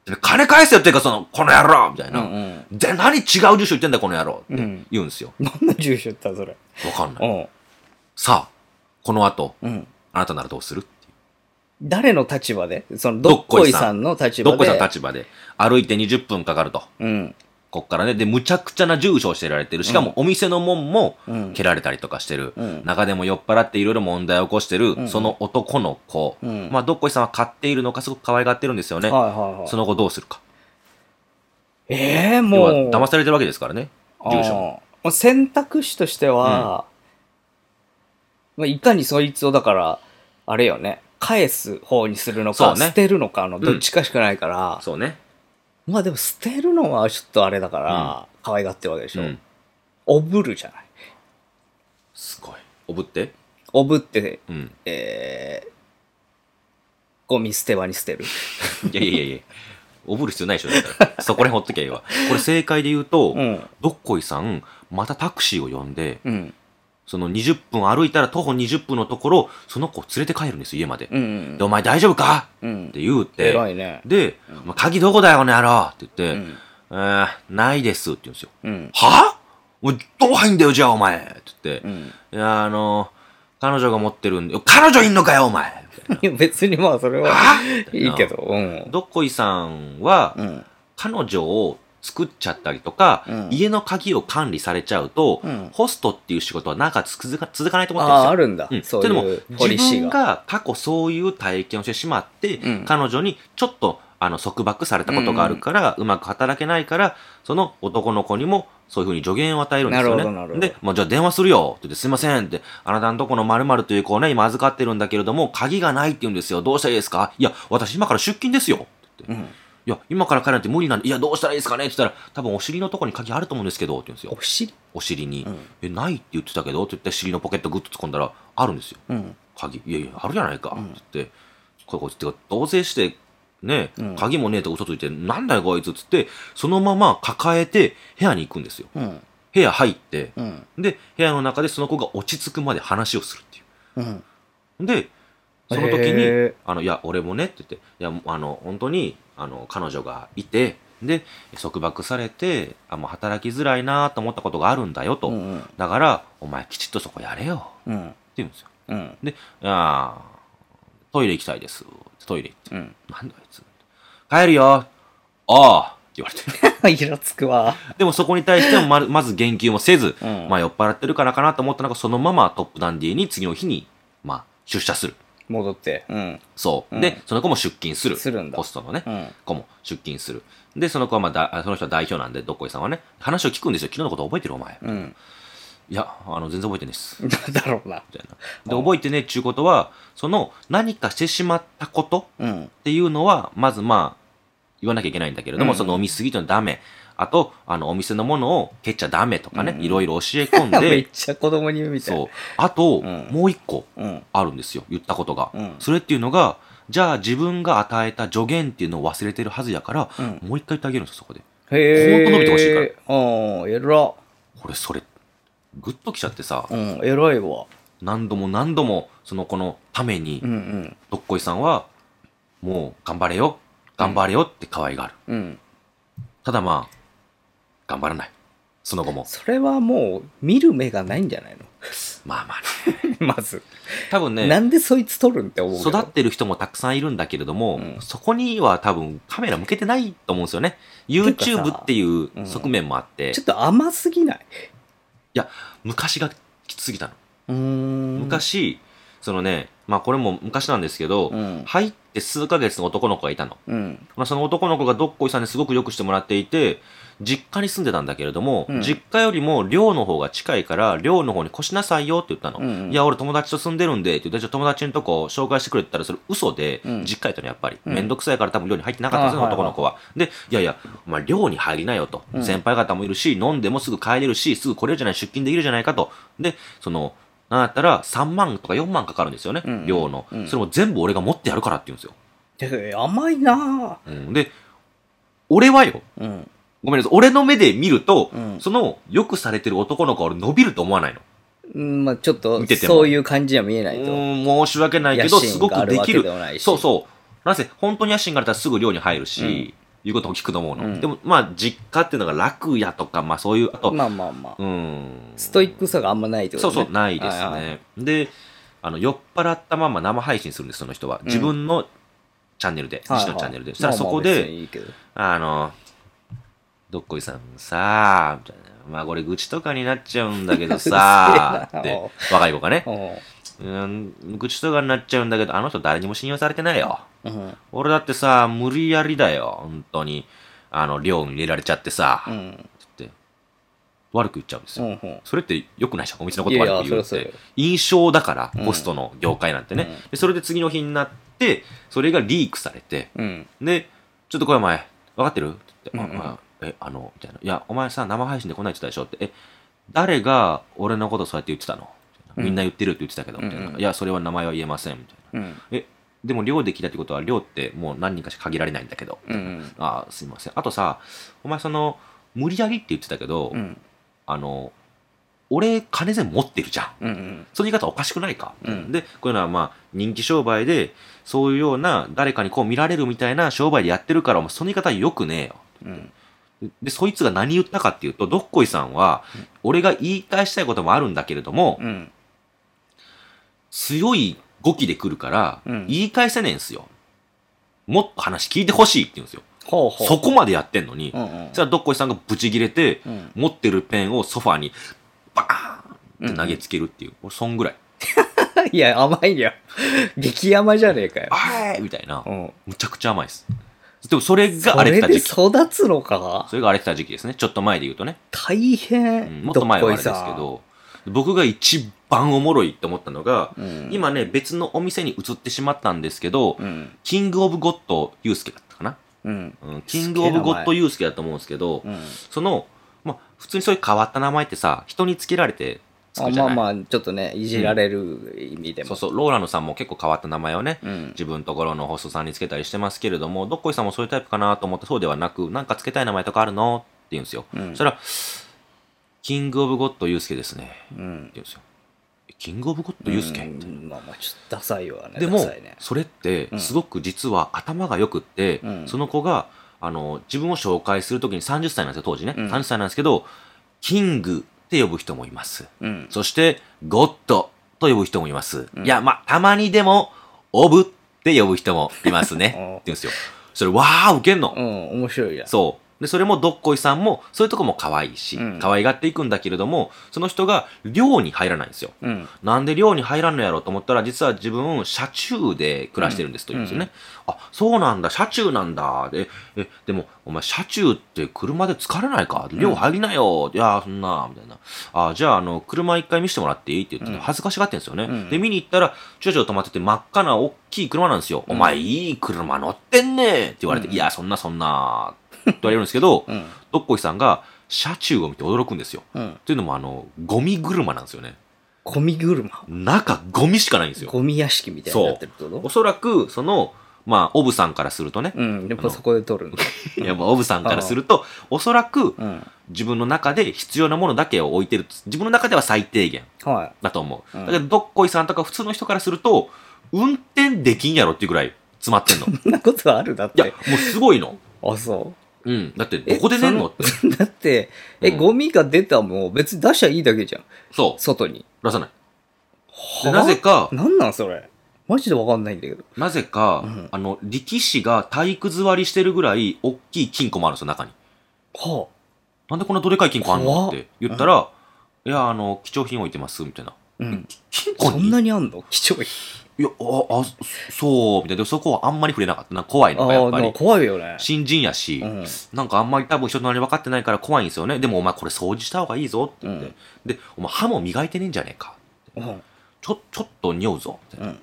Speaker 2: で金返せよっていうかその、この野郎みたいうな。
Speaker 1: んうん。
Speaker 2: で、何違う住所言ってんだよこの野郎っ
Speaker 1: う
Speaker 2: て
Speaker 1: ん
Speaker 2: 言うんですよ。
Speaker 1: 何の住所言ったそれ。
Speaker 2: わかんない。
Speaker 1: おう。
Speaker 2: さあ、この後、
Speaker 1: うん。
Speaker 2: あなたならどうするって
Speaker 1: 誰の立場でその、
Speaker 2: ど
Speaker 1: ど
Speaker 2: っ
Speaker 1: っ
Speaker 2: こ
Speaker 1: こ
Speaker 2: い
Speaker 1: い
Speaker 2: さ
Speaker 1: さ
Speaker 2: ん
Speaker 1: んの立場
Speaker 2: ど
Speaker 1: で。
Speaker 2: っこいさんの立場で、歩いて20分かかると。
Speaker 1: うん。
Speaker 2: こっからね。で、むちゃくちゃな住所をしてられてる。しかもお店の門も
Speaker 1: うん
Speaker 2: 蹴られたりとかしてる。
Speaker 1: うん
Speaker 2: 中でも酔っ払っていろいろ問題を起こしてる、
Speaker 1: ん
Speaker 2: その男の子。
Speaker 1: うん
Speaker 2: まあ、どっこいさんは飼っているのかすごく可愛がってるんですよね。
Speaker 1: はいはいはい。
Speaker 2: その後どうするか。
Speaker 1: ええー、
Speaker 2: 要
Speaker 1: も
Speaker 2: は
Speaker 1: う。
Speaker 2: 騙されてるわけですからね。住所も。
Speaker 1: あーもう選択肢としては、まあ、いかにそいつをだからあれよね返す方にするの
Speaker 2: そ
Speaker 1: か、
Speaker 2: うね
Speaker 1: 捨てるのかの
Speaker 2: ん
Speaker 1: どっちかしかないから、
Speaker 2: そうね。
Speaker 1: まあでも捨てるのはちょっとあれだから、可愛がってるわけでし
Speaker 2: う
Speaker 1: ょ、
Speaker 2: ん。
Speaker 1: おぶるじゃない
Speaker 2: すごい。おぶって。
Speaker 1: おぶって
Speaker 2: うん。
Speaker 1: えー、ゴミ捨て場に捨てる
Speaker 2: いやいやいやいや。おぶる必要ないでしょ。だから (laughs) そこら辺ほっときゃいいわ。これ正解で言うと、
Speaker 1: うん
Speaker 2: どっこいさん、またタクシーを呼んで、
Speaker 1: うん
Speaker 2: その20分歩いたら徒歩20分のところ、その子を連れて帰るんですよ、家まで。
Speaker 1: うん
Speaker 2: で、お前大丈夫か
Speaker 1: うん
Speaker 2: って言うて、
Speaker 1: 偉いね
Speaker 2: で、お前鍵どこだよ、この野郎って言
Speaker 1: う
Speaker 2: って、
Speaker 1: ん
Speaker 2: えー、ないですって言うんですよ。
Speaker 1: うん
Speaker 2: はぁもう、どう入んだよ、じゃあ、お前って言って、
Speaker 1: う
Speaker 2: い
Speaker 1: ん
Speaker 2: や、あの、彼女が持ってるんで、彼女いんのかよ、お前みた
Speaker 1: い
Speaker 2: い
Speaker 1: や (laughs) 別にまあそれは
Speaker 2: あ
Speaker 1: いいけどう
Speaker 2: なんどっこいさんは、
Speaker 1: うん
Speaker 2: 彼女を作っちゃったりとか、
Speaker 1: うん
Speaker 2: 家の鍵を管理されちゃうと、
Speaker 1: うん
Speaker 2: ホストっていう仕事はなんか続か続かないと思ってるん
Speaker 1: あ
Speaker 2: です
Speaker 1: あ
Speaker 2: よ
Speaker 1: あ。るんだ、
Speaker 2: うん、
Speaker 1: そういうポ
Speaker 2: というのも
Speaker 1: リシ
Speaker 2: 自
Speaker 1: ー
Speaker 2: 分
Speaker 1: が。
Speaker 2: が過去そういう体験をしてしまって、
Speaker 1: うん
Speaker 2: 彼女にちょっとあの束縛されたことがあるから、うまく働けないからその男の子にもそういうふうに助言を与えるんですよ
Speaker 1: なるほどなるほ
Speaker 2: ね。
Speaker 1: ど
Speaker 2: で、もうじゃあ電話するよって言って、すいませんって、あなたのとこの〇〇という子をね、今預かってるんだけれども、鍵がないって言うんですよ。どうしたらいいですかいや、私今から出勤ですよって言っ
Speaker 1: う
Speaker 2: て。
Speaker 1: ん
Speaker 2: いや、今から帰るなんて無理なんで、いや、どうしたらいいですかねって言ったら、多分お尻のとこに鍵あると思うんですけど、って言うんですよ
Speaker 1: お。尻
Speaker 2: お尻に。
Speaker 1: ん
Speaker 2: え、ないって言ってたけどって言って、尻のポケットグッと突っ込んだら、あるんですよ。
Speaker 1: うん。
Speaker 2: 鍵いやいやあるじゃないか、って言ってこれこいつってか同棲してね、
Speaker 1: うん
Speaker 2: 鍵もねえと嘘ついてなんだよこいつっつってそのまま抱えて部屋に行くんですよ
Speaker 1: うん。
Speaker 2: 部屋入って
Speaker 1: うん。
Speaker 2: で部屋の中でその子が落ち着くまで話をするっていう
Speaker 1: うん。
Speaker 2: でその時
Speaker 1: へ
Speaker 2: に
Speaker 1: え
Speaker 2: 「あのいや俺もね」って言って「いやあの本当にあの彼女がいてで束縛されてあもう働きづらいなと思ったことがあるんだよと、
Speaker 1: うん。
Speaker 2: だからお前きちっとそこやれよ」って
Speaker 1: うん。
Speaker 2: 言うんですよ
Speaker 1: うん。
Speaker 2: で、ああ、トイレ行きたいです。トイレ行って。
Speaker 1: うん。
Speaker 2: なんだあいつ。帰るよ。ああ。って言われて。 (laughs)
Speaker 1: イラつくわ。
Speaker 2: でもそこに対してもままず言及もせず、
Speaker 1: うん
Speaker 2: まあ酔っ払ってるからかなと思ったのが、そのままトップダンディに次の日に、まあ出社する。
Speaker 1: 戻って。うん。
Speaker 2: そう。
Speaker 1: うん
Speaker 2: で、その子も出勤する。
Speaker 1: するんだ
Speaker 2: ホストのね、
Speaker 1: うん
Speaker 2: 子も出勤する。で、その子はまあだ、あその人は代表なんで、どっこいさんはね、話を聞くんですよ。昨日のこと覚えてるお前。
Speaker 1: うん。
Speaker 2: いや、あの、全然覚えてないです。
Speaker 1: だろうな。
Speaker 2: みたいな。で、覚えてねえっちゅうことは、その何かしてしまったこと
Speaker 1: うん。
Speaker 2: っていうのは、まずまあ、言わなきゃいけないんだけれども、
Speaker 1: うん
Speaker 2: その飲みすぎてのダメ。あと、あの、お店のものを蹴っちゃダメとかね、
Speaker 1: うん
Speaker 2: いろいろ教え込
Speaker 1: (laughs)
Speaker 2: ん
Speaker 1: めっ
Speaker 2: で、
Speaker 1: ちゃ子供に言うみたい。
Speaker 2: そう。あと、
Speaker 1: うん
Speaker 2: もう一個
Speaker 1: う。うん。
Speaker 2: あるんですよ、言ったことが。
Speaker 1: うん
Speaker 2: それっていうのが、じゃあ自分が与えた助言っていうのを忘れてるはずやから、
Speaker 1: うん
Speaker 2: もう一回言ってあげるんですよ、そこで。
Speaker 1: へえ。
Speaker 2: ほんと伸びてほしい
Speaker 1: ら。うん。偉。
Speaker 2: これ、それ、グッときちゃってさ、
Speaker 1: うん。偉いわ。
Speaker 2: 何度も何度も、その子のために
Speaker 1: う、ん
Speaker 2: どっこいさんは、もう、頑張れよ、頑張れよって可愛がる。
Speaker 1: うん。うん。
Speaker 2: ただまあ、頑張らない。その後も。
Speaker 1: それはもう見る目がないんじゃないの
Speaker 2: まあまあね。
Speaker 1: まず。
Speaker 2: 多分
Speaker 1: な
Speaker 2: ね、
Speaker 1: んでそいつ取るんって思うけど
Speaker 2: 育ってる人もたくさんいるんだけれども、
Speaker 1: うん
Speaker 2: そこには多分カメラ向けてないと思うんですよね。
Speaker 1: てか
Speaker 2: YouTube
Speaker 1: さ
Speaker 2: っていう
Speaker 1: うん
Speaker 2: 側面もあって、
Speaker 1: ちょっと甘すぎない
Speaker 2: 昔がきつすぎたの。
Speaker 1: うーん。
Speaker 2: 昔、そのね、まあこれも昔なんですけど、
Speaker 1: うん。
Speaker 2: 入って数ヶ月の男の子がいたの。
Speaker 1: うん。
Speaker 2: まあ、その男の子がどっこいさんにすごくよくしてもらっていて、実家に住んでたんだけれども、
Speaker 1: うん
Speaker 2: 実家よりも寮の方が近いから、寮の方に越しなさいよって言ったの。
Speaker 1: うんうん
Speaker 2: いや、俺友達と住んでるんで、って言って、じゃあ友達のとこ紹介してくれって言ったら、それ嘘で、
Speaker 1: うん
Speaker 2: 実家やったのやっぱり。
Speaker 1: うん
Speaker 2: めんどくさいから多分寮に入ってなかったんですよ、
Speaker 1: あはい
Speaker 2: 男の子は。で、いやいや、お前寮に入りなよと。
Speaker 1: うん
Speaker 2: 先輩方もいるし、飲んでもすぐ帰れるし、すぐ来れるじゃない、出勤できるじゃないかと。で、その、なんだったら3万とか4万かかるんですよね、
Speaker 1: うんうん
Speaker 2: 寮の。
Speaker 1: うん
Speaker 2: それも全部俺が持ってやるからって言うんですよ。
Speaker 1: え甘いなぁ。
Speaker 2: うん、で、俺はよ、
Speaker 1: うん。
Speaker 2: ごめんなさい、俺の目で見ると、
Speaker 1: うん
Speaker 2: その、よくされてる男の子は俺伸びると思わないの。
Speaker 1: うん、まあちょっと
Speaker 2: 見てても
Speaker 1: そういう感じは見えな
Speaker 2: う
Speaker 1: いと。
Speaker 2: ーん、申し訳ないけど、
Speaker 1: 野
Speaker 2: す
Speaker 1: 心
Speaker 2: ご
Speaker 1: がある
Speaker 2: くで
Speaker 1: わ
Speaker 2: き
Speaker 1: け
Speaker 2: る
Speaker 1: ではないし
Speaker 2: そうそう。なぜ、本当に野心があるたらすぐ寮に入るし、
Speaker 1: うん
Speaker 2: いうことも聞くと思うの。
Speaker 1: うん
Speaker 2: でも、まあ、実家っていうのが楽やとか、まあそういう、あと、
Speaker 1: まあまあまあ
Speaker 2: う。ーん。
Speaker 1: ストイックさがあんまないってこ
Speaker 2: そ
Speaker 1: と
Speaker 2: うそう、ないです
Speaker 1: はいはい
Speaker 2: ね。で、あの、酔っ払ったまま生配信するんです、その人は。
Speaker 1: ん
Speaker 2: 自分のチャンネルで、自
Speaker 1: はい
Speaker 2: 身のチャンネルで。そしたら
Speaker 1: まあ
Speaker 2: そ
Speaker 1: まあ
Speaker 2: こで、
Speaker 1: 別にいいけど
Speaker 2: あの、どっこいさんさあ、みたいな。まあこれ愚痴とかになっちゃうんだけど
Speaker 1: (laughs) う
Speaker 2: さ
Speaker 1: る
Speaker 2: あ、っ
Speaker 1: せえな
Speaker 2: て、若い子がね、
Speaker 1: う
Speaker 2: うん、愚痴とかになっちゃうんだけど、あの人誰にも信用されてないよ。
Speaker 1: んうん
Speaker 2: 俺だってさ、無理やりだよ、本当に。あの、寮に入れられちゃってさ、
Speaker 1: う
Speaker 2: っ
Speaker 1: ん
Speaker 2: て、悪く言っちゃうんです
Speaker 1: う
Speaker 2: よ。
Speaker 1: んうん
Speaker 2: それって良くないじゃん。お店のこ
Speaker 1: い
Speaker 2: と
Speaker 1: やいや
Speaker 2: 悪く言うっ
Speaker 1: そりゃそう
Speaker 2: て
Speaker 1: よ。
Speaker 2: 印象だから
Speaker 1: う、ん
Speaker 2: ホストの業界なんてね。
Speaker 1: うん
Speaker 2: でそれで次の日になって、それがリークされて、
Speaker 1: うん
Speaker 2: で、ちょっとこれお前、分かってるって言って、
Speaker 1: うんうん
Speaker 2: ああえ、あの、みたいな。いや、お前さ、生配信でこんなん言ってたでしょって、え、誰が俺のことそうやって言ってたのみたいなみんな言ってるって言ってたけど、みたい
Speaker 1: うんう
Speaker 2: な。
Speaker 1: ん
Speaker 2: いや、それは名前は言えません、みたいな。
Speaker 1: うん
Speaker 2: え、でも寮で来たってことは、寮ってもう何人かしか限られないんだけど。
Speaker 1: うんうん
Speaker 2: ああ、すいません。あとさ、お前その、無理やりって言ってたけど、
Speaker 1: うん
Speaker 2: あの、俺、金銭持ってるじゃん。
Speaker 1: うんうん
Speaker 2: その言い方おかしくないか、
Speaker 1: うん
Speaker 2: で、こういうのはまあ、人気商売で、そういうような、誰かにこう見られるみたいな商売でやってるから、お前その言い方よくね
Speaker 1: うん
Speaker 2: えよ。で、そいつが何言ったかっていうと、どっこいさんは、俺が言い返したいこともあるんだけれども、
Speaker 1: うん
Speaker 2: 強い語気で来るから、
Speaker 1: うん
Speaker 2: 言い返せねえんすよ。もっと話聞いてほしいって言うんですよ。
Speaker 1: ほうほう
Speaker 2: そこまでやってんのに、
Speaker 1: うんうん
Speaker 2: そしたらどっこいさんがブチ切れて、
Speaker 1: うん
Speaker 2: 持ってるペンをソファーに、バーンって投げつけるっていう、俺そんぐらい。
Speaker 1: いや甘いよ激甘じゃねえかよ
Speaker 2: あーいみたいな
Speaker 1: う。ん
Speaker 2: むちゃくちゃ甘いです。でもそれが
Speaker 1: そ
Speaker 2: 荒れ
Speaker 1: れ
Speaker 2: てた
Speaker 1: で
Speaker 2: 時期。そ
Speaker 1: 育つのか
Speaker 2: れが荒れてた時期ですね。ちょっと前で言うとね。
Speaker 1: 大
Speaker 2: う
Speaker 1: 変、
Speaker 2: ん、もっと前はあれですけ
Speaker 1: どっこ
Speaker 2: ど、僕が一番おもろいって思ったのが、
Speaker 1: いさうん、
Speaker 2: 今ね、別のお店に移ってしまったんですけど、
Speaker 1: うん
Speaker 2: キングオブゴッドユースケだったかな、
Speaker 1: うん
Speaker 2: うん、キングオブゴッドユースケだと思うんですけど、
Speaker 1: うん
Speaker 2: その、まあ、普通にそういう変わった名前ってさ、人につけられてつ
Speaker 1: あ
Speaker 2: くじゃ
Speaker 1: まあ
Speaker 2: ない
Speaker 1: まあちょっとねいじられる意味でも、
Speaker 2: そうそう、ローランドさんも結構変わった名前をね、
Speaker 1: うん
Speaker 2: 自分のところのホストさんにつけたりしてますけれども、どっこいさんもそういうタイプかなと思って、そうではなく、なんかつけたい名前とかあるのって言うんですよ。
Speaker 1: うん
Speaker 2: そしたら、キングオブゴッドユースケですね。って
Speaker 1: うん
Speaker 2: 言うんですよ。えキングオブゴッドユースケ、みたいな
Speaker 1: うんまあまあちょっとダサいわね
Speaker 2: でも、
Speaker 1: ダサいね
Speaker 2: それって
Speaker 1: う、ん
Speaker 2: すごく実は頭が良くって、
Speaker 1: うん
Speaker 2: その子が、あの、自分を紹介するときに30歳なんですよ、当時ね。
Speaker 1: うん
Speaker 2: 30歳なんですけど、キングって呼ぶ人もいます。
Speaker 1: うん
Speaker 2: そして、ゴッドと呼ぶ人もいます。
Speaker 1: うん。
Speaker 2: いや、まあ、たまにでも、オブって呼ぶ人もいますね
Speaker 1: (laughs) うん
Speaker 2: って言うんですよ。それ、わー、ウケんの、
Speaker 1: うん面白いや
Speaker 2: そう。で、それもどっこいさんも、そういうとこも可愛いし、
Speaker 1: うん
Speaker 2: 可愛がっていくんだけれども、その人が寮に入らないんですよ。
Speaker 1: うん
Speaker 2: なんで寮に入らんのやろうと思ったら、実は自分、車中で暮らしてるんですと言うんですよね。あ、そうなんだ、車中なんだ。で、え、でも、お前、車中って車で疲れないか寮入りなよ。いやー、そんな、みたいな。あ、じゃあ、あの、車一回見せてもらっていいって言って、
Speaker 1: うん
Speaker 2: 恥ずかしがってんですよね。
Speaker 1: うん
Speaker 2: で、見に行ったら、ちょちょ止まってて、真っ赤な大きい車なんですよ。お前、いい車乗ってんねって言われて、
Speaker 1: うん
Speaker 2: いや、そんな、そんな、って言われるんです
Speaker 1: (laughs)
Speaker 2: けど、
Speaker 1: うん
Speaker 2: どっこいさんが、車中を見て驚くんですよ。
Speaker 1: うん
Speaker 2: というのも、あの、ゴミ車なんですよね。
Speaker 1: ゴミ車
Speaker 2: 中、ゴミしかないんですよ。
Speaker 1: ゴミ屋敷みたいになってるって
Speaker 2: お
Speaker 1: こ
Speaker 2: そらく、その、まあ、オブさんからするとね
Speaker 1: と、うんやっぱそこで撮るんだ
Speaker 2: いやまあオブさんからすると、おそらく
Speaker 1: うん
Speaker 2: 自分の中で必要なものだけを置いてる。自分の中では最低限
Speaker 1: は
Speaker 2: だと思う。
Speaker 1: うん
Speaker 2: だけど、どっこいさんとか普通の人からすると、運転できんやろっていうぐらい詰まっ
Speaker 1: (laughs)
Speaker 2: てんの。い
Speaker 1: いそんなことあるだっ
Speaker 2: や、
Speaker 1: て
Speaker 2: もうすごいの。
Speaker 1: あそう
Speaker 2: うん。だって、
Speaker 1: え
Speaker 2: どこで寝んのって。
Speaker 1: そのだってえ、
Speaker 2: うん
Speaker 1: ゴミが出たもん別に出しゃいいだけじゃん
Speaker 2: そ
Speaker 1: 外に
Speaker 2: う。出さない。でなぜか、
Speaker 1: なんなんそれマジでわかんないんだけど
Speaker 2: なぜか、
Speaker 1: うん
Speaker 2: あの、力士が体育座りしてるぐらい、大きい金庫もあるんですよ、中に。
Speaker 1: は
Speaker 2: なんでこんなどでかい金庫あん
Speaker 1: 怖
Speaker 2: の
Speaker 1: っ
Speaker 2: って言ったら、いや、あの、貴重品置いてます、みたいな。
Speaker 1: あうん
Speaker 2: 金庫
Speaker 1: そ
Speaker 2: に
Speaker 1: んなにあんの貴重品
Speaker 2: いや、あ、あ、そそう、みたいな。でそこはあんまり触れなかった。なんか怖いのが、
Speaker 1: あ
Speaker 2: や
Speaker 1: あ
Speaker 2: っぱ
Speaker 1: で
Speaker 2: り
Speaker 1: も。怖いよね
Speaker 2: 新人やし、
Speaker 1: うん
Speaker 2: なんかあんまり多分人となり分かってないから怖いんですよね。でもお前これ掃除した方がいいぞって言って。
Speaker 1: うん
Speaker 2: で、お前歯も磨いてねえんじゃねえか。
Speaker 1: うん
Speaker 2: ちょ、ちょっと匂うぞ。みたいな
Speaker 1: うん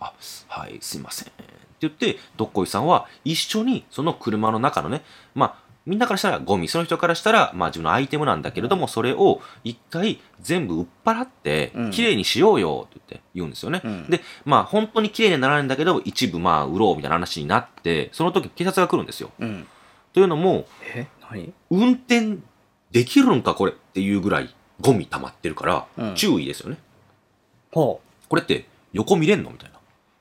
Speaker 2: あ、はい、すいません。って言って、どっこいさんは一緒にその車の中のね、まあ、みんなからしたらゴミ、その人からしたら、まあ自分のアイテムなんだけれども、それを一回全部売っ払って
Speaker 1: うん、
Speaker 2: 綺麗にしようよって言って言うんですよね。
Speaker 1: うん
Speaker 2: で、まあ本当に綺麗にならないんだけど、一部まあ売ろうみたいな話になって、その時警察が来るんですよ。
Speaker 1: うん
Speaker 2: というのも、
Speaker 1: え何
Speaker 2: 運転できるんかこれっていうぐらいゴミ溜まってるか
Speaker 1: う
Speaker 2: ら、
Speaker 1: ん
Speaker 2: 注意ですよね。
Speaker 1: は
Speaker 2: これって横見れんのみたいな。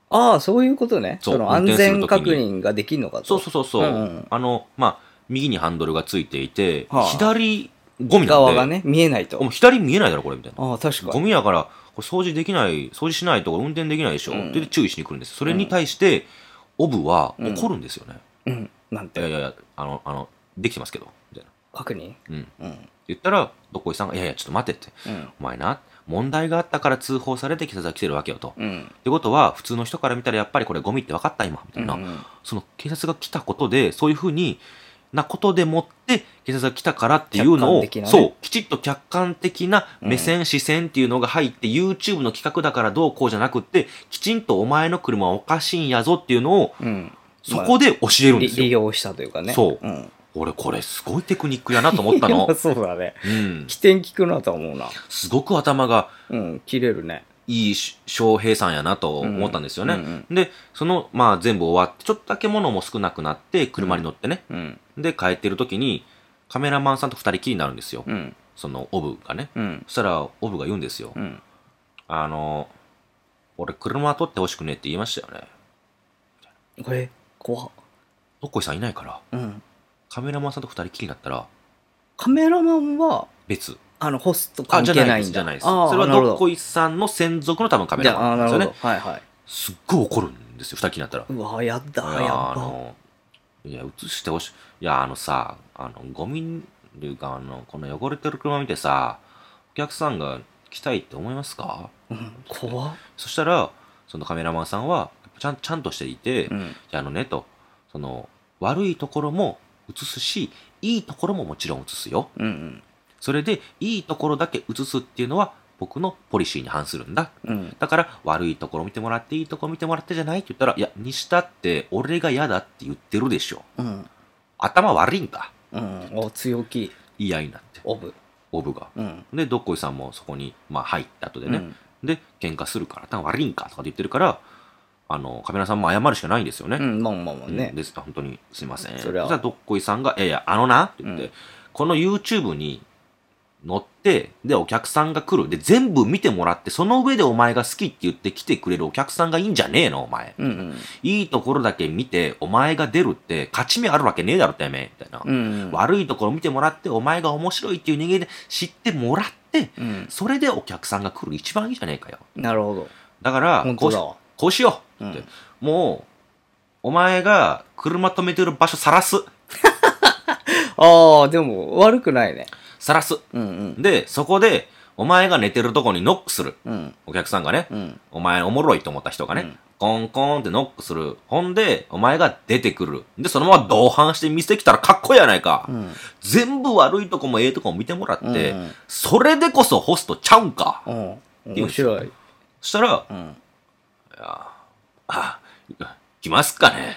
Speaker 1: あああそういうことね
Speaker 2: そう
Speaker 1: その安全
Speaker 2: 運転す
Speaker 1: 確
Speaker 2: る時
Speaker 1: 認ができんのかと
Speaker 2: そうそうそうそう、
Speaker 1: うんうん
Speaker 2: あのまあ右にハンドルがついていて、
Speaker 1: はあ
Speaker 2: 左ゴミなん
Speaker 1: 側
Speaker 2: で、
Speaker 1: がね、見えない
Speaker 2: お前
Speaker 1: と。
Speaker 2: 左見えないだろ、これ、みたいな。
Speaker 1: ああ、確か
Speaker 2: ゴ
Speaker 1: に。
Speaker 2: ミやから、これ掃除できない、掃除しないとこれ運転できないでしょ、
Speaker 1: うん
Speaker 2: で注意しに来るんです。それに対して、オブは
Speaker 1: うん
Speaker 2: 怒るんですよね。
Speaker 1: うん。なん
Speaker 2: いやい
Speaker 1: て、
Speaker 2: やいや、あの、あの、できてますけど、みたいな。
Speaker 1: 確認
Speaker 2: うん。
Speaker 1: うん。
Speaker 2: 言ったら、どこいさんが、いやいや、ちょっと待ってって。
Speaker 1: うん。
Speaker 2: お前な、問題があったから通報されて警察が来てるわけよと。
Speaker 1: うん。
Speaker 2: ってことは、普通の人から見たらやっぱりこれゴミって分かった今、みたいな。
Speaker 1: うん
Speaker 2: その警察が来たことで、そういうふうになことでもって、警察が来たからっていうの
Speaker 1: 客観
Speaker 2: を、
Speaker 1: 的なね
Speaker 2: そう、きちっと客観的な目線、視線っていうのが入って、YouTube の企画だからどうこうじゃなくって、きちんとお前の車はおかしいんやぞっていうのを、
Speaker 1: うん。
Speaker 2: そこで教えるんで
Speaker 1: り
Speaker 2: す
Speaker 1: 利
Speaker 2: よ。
Speaker 1: 用したというかね。。
Speaker 2: そうん俺、これすごいテクニックやなと思ったの。
Speaker 1: そうだね。
Speaker 2: うん。
Speaker 1: 起点聞くなとは思うな。
Speaker 2: すごく頭が
Speaker 1: うん。切れるね。
Speaker 2: いいし翔平さんやなと思ったんですよね。
Speaker 1: うんうん
Speaker 2: で、その、まあ全部終わって、ちょっとだけ物も少なくなって、車に乗ってね、
Speaker 1: うん。
Speaker 2: で、帰ってる時に、カメラマンさんと二人きりになるんですよ。
Speaker 1: うん。
Speaker 2: その、オブがね。
Speaker 1: うん。
Speaker 2: そしたら、オブが言うんですよ。
Speaker 1: うん。
Speaker 2: あの、俺、車取ってほしくねえって言いましたよね。
Speaker 1: え、怖っ
Speaker 2: どっこいさんいないから、
Speaker 1: うん。
Speaker 2: カメラマンさんと二人きりになったら、
Speaker 1: カメラマンは、
Speaker 2: 別。
Speaker 1: あの、ホスト
Speaker 2: あ、
Speaker 1: 関
Speaker 2: じゃ
Speaker 1: 係
Speaker 2: な
Speaker 1: ないい
Speaker 2: で
Speaker 1: んだ。
Speaker 2: す。じゃないです。
Speaker 1: あー
Speaker 2: それは、
Speaker 1: なるほ
Speaker 2: どっこいさんの専属の多分カメラマンなん
Speaker 1: じゃああー、
Speaker 2: です
Speaker 1: なるほ
Speaker 2: よね。
Speaker 1: ど。はいはい。
Speaker 2: すっごい怒るんですよ、二人きりになったら。
Speaker 1: うわ、やだ、
Speaker 2: い
Speaker 1: やっ
Speaker 2: や、あ
Speaker 1: ば。
Speaker 2: の、いや、映してほしい。いや、あのさ、あの、ゴミというか、あの、この汚れてる車見てさ、お客さんが来たいって思いますか
Speaker 1: うん怖っ
Speaker 2: そしたら、そのカメラマンさんは、ちゃんちゃんとしていて、
Speaker 1: う
Speaker 2: い
Speaker 1: ん。
Speaker 2: やあのね、と、その、悪いところも映すし、いいところももちろん映すよ。
Speaker 1: うん。
Speaker 2: それで、いいところだけ映すっていうのは、僕のポリシーに反するんだ。
Speaker 1: うん。
Speaker 2: だから、悪いところ見てもらって、いいところ見てもらってじゃないって言ったら、いや、にしたって、俺が嫌だって言ってるでしょ。
Speaker 1: うん。
Speaker 2: 頭悪いんか。
Speaker 1: うん。お、強気。
Speaker 2: 言い合いになって、
Speaker 1: オブ。
Speaker 2: オブが。
Speaker 1: うん。
Speaker 2: で、どっこいさんもそこに、まあ、入った後でね、
Speaker 1: うん
Speaker 2: で、喧嘩するから、頭悪いんかとかって言ってるから、あの、カメラさんも謝るしかないんですよね。
Speaker 1: うん、まあまあまあね
Speaker 2: うん。です本当にすいません。
Speaker 1: そりゃ
Speaker 2: したらどっこいさんが、いやいや、あのなって言って、
Speaker 1: うん
Speaker 2: この YouTube に乗って、で、お客さんが来る。で、全部見てもらって、その上でお前が好きって言って来てくれるお客さんがいいんじゃねえの、お前。
Speaker 1: うん
Speaker 2: いいところだけ見て、お前が出るって、勝ち目あるわけねえだろ、てめえ。みたいな。
Speaker 1: うん。うん。
Speaker 2: 悪いところ見てもらって、お前が面白いっていう人間で知ってもらって、
Speaker 1: うん。
Speaker 2: それでお客さんが来る一番いいじゃねえかよ。
Speaker 1: なるほど。
Speaker 2: だから、
Speaker 1: 本
Speaker 2: こ
Speaker 1: 当
Speaker 2: うし
Speaker 1: だわ。
Speaker 2: こうしよう
Speaker 1: う
Speaker 2: って、
Speaker 1: ん
Speaker 2: もう、お前が車止めてる場所さらす。
Speaker 1: ああ、でも悪くないね。
Speaker 2: さらす。
Speaker 1: うんうん。
Speaker 2: で、そこで、お前が寝てるとこにノックする。
Speaker 1: うん。
Speaker 2: お客さんがね、
Speaker 1: うん。
Speaker 2: お前おもろいと思った人がね、
Speaker 1: うん
Speaker 2: コンコンってノックする。ほんで、お前が出てくる。で、そのまま同伴して見せてきたらかっこいいやないか。
Speaker 1: うん。
Speaker 2: 全部悪いとこもええとこも見てもらって、
Speaker 1: うんうん
Speaker 2: それでこそホストちゃうんか。
Speaker 1: うん。面白い。
Speaker 2: そしたら、
Speaker 1: うん。
Speaker 2: あ、来ますか
Speaker 1: (laughs)
Speaker 2: ね。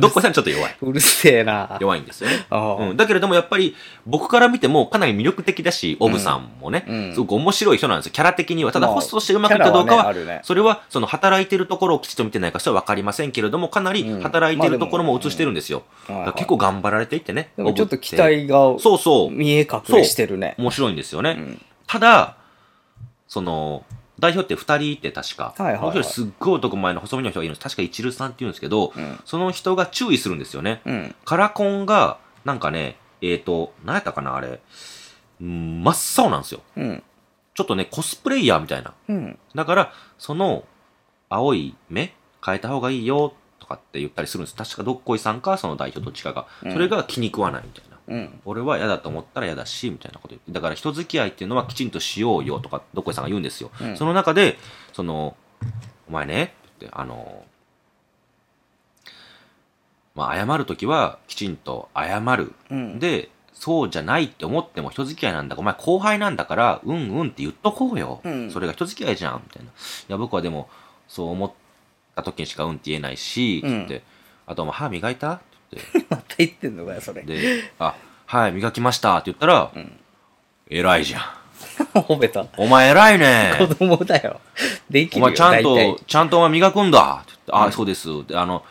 Speaker 2: どっこいさんちょっと弱い。
Speaker 1: うるせえな。
Speaker 2: 弱いんですよね。
Speaker 1: ああ
Speaker 2: うん、だけれどもやっぱり僕から見てもかなり魅力的だし、オブさんもね、
Speaker 1: うん
Speaker 2: すごく面白い人なんですよ、キャラ的には。ただ
Speaker 1: まあ
Speaker 2: ホストとしてうまくいくかどうか
Speaker 1: キャラは
Speaker 2: は
Speaker 1: ねあるね、
Speaker 2: それはその働いてるところをきちっと見てないかそれは分かりませんけれども、かなり
Speaker 1: うん
Speaker 2: 働いてるところも映してるんですよ。
Speaker 1: まあでもうん
Speaker 2: だから結構頑張られていってね、
Speaker 1: でもちょっと
Speaker 2: オブて
Speaker 1: 期待が
Speaker 2: そうそう、
Speaker 1: 見え隠れしてるね。
Speaker 2: 面白いんですよ
Speaker 1: う
Speaker 2: ね。
Speaker 1: ん
Speaker 2: ただ、その、代表って2人いて確か、
Speaker 1: はいはいはい
Speaker 2: もう一人すっごい男前の細身の人がいるんです。確か一流さんって言うんですけど、
Speaker 1: うん。
Speaker 2: その人が注意するんですよね。
Speaker 1: うん。
Speaker 2: カラコンが、なんかね、えっ、ー、と、何やったかな、あれ。うん真っ青なんですよ。
Speaker 1: うん。
Speaker 2: ちょっとね、コスプレイヤーみたいな。
Speaker 1: うん。
Speaker 2: だから、その、青い目変えた方がいいよ、とかって言ったりするんです。確か、どっこいさんか、その代表どっちかが。
Speaker 1: うん
Speaker 2: それが気に食わないみたいな。
Speaker 1: うん。
Speaker 2: 俺は嫌だと思ったら嫌だし、みたいなこと言って。だから、人付き合いっていうのはきちんとしようよ、とか、どっこいさんが言うんですよ。
Speaker 1: うん
Speaker 2: その中で、その、お前ね、ってあの、まあ、謝るときは、きちんと謝る。
Speaker 1: うん。
Speaker 2: で、そうじゃないって思っても人付き合いなんだ。お前後輩なんだから、うんうんって言っとこうよ。
Speaker 1: うん
Speaker 2: それが人付き合いじゃん。みたいな。いや、僕はでも、そう思った時にしかうんって言えないし、
Speaker 1: うん
Speaker 2: つって。あと、お前歯磨いたって言って。
Speaker 1: また言ってんのかよ、それ。
Speaker 2: で、あ、はい、磨きましたって言ったら、
Speaker 1: うん
Speaker 2: 偉いじゃん。
Speaker 1: (laughs) 褒めた。
Speaker 2: お前偉い
Speaker 1: (laughs) 子
Speaker 2: ね。
Speaker 1: 供だよ。でき
Speaker 2: お
Speaker 1: るよ、
Speaker 2: 前ちゃん
Speaker 1: 大
Speaker 2: と
Speaker 1: 体、
Speaker 2: ちゃんとお前磨くんだ。って言ってあ、そうです。で、あの、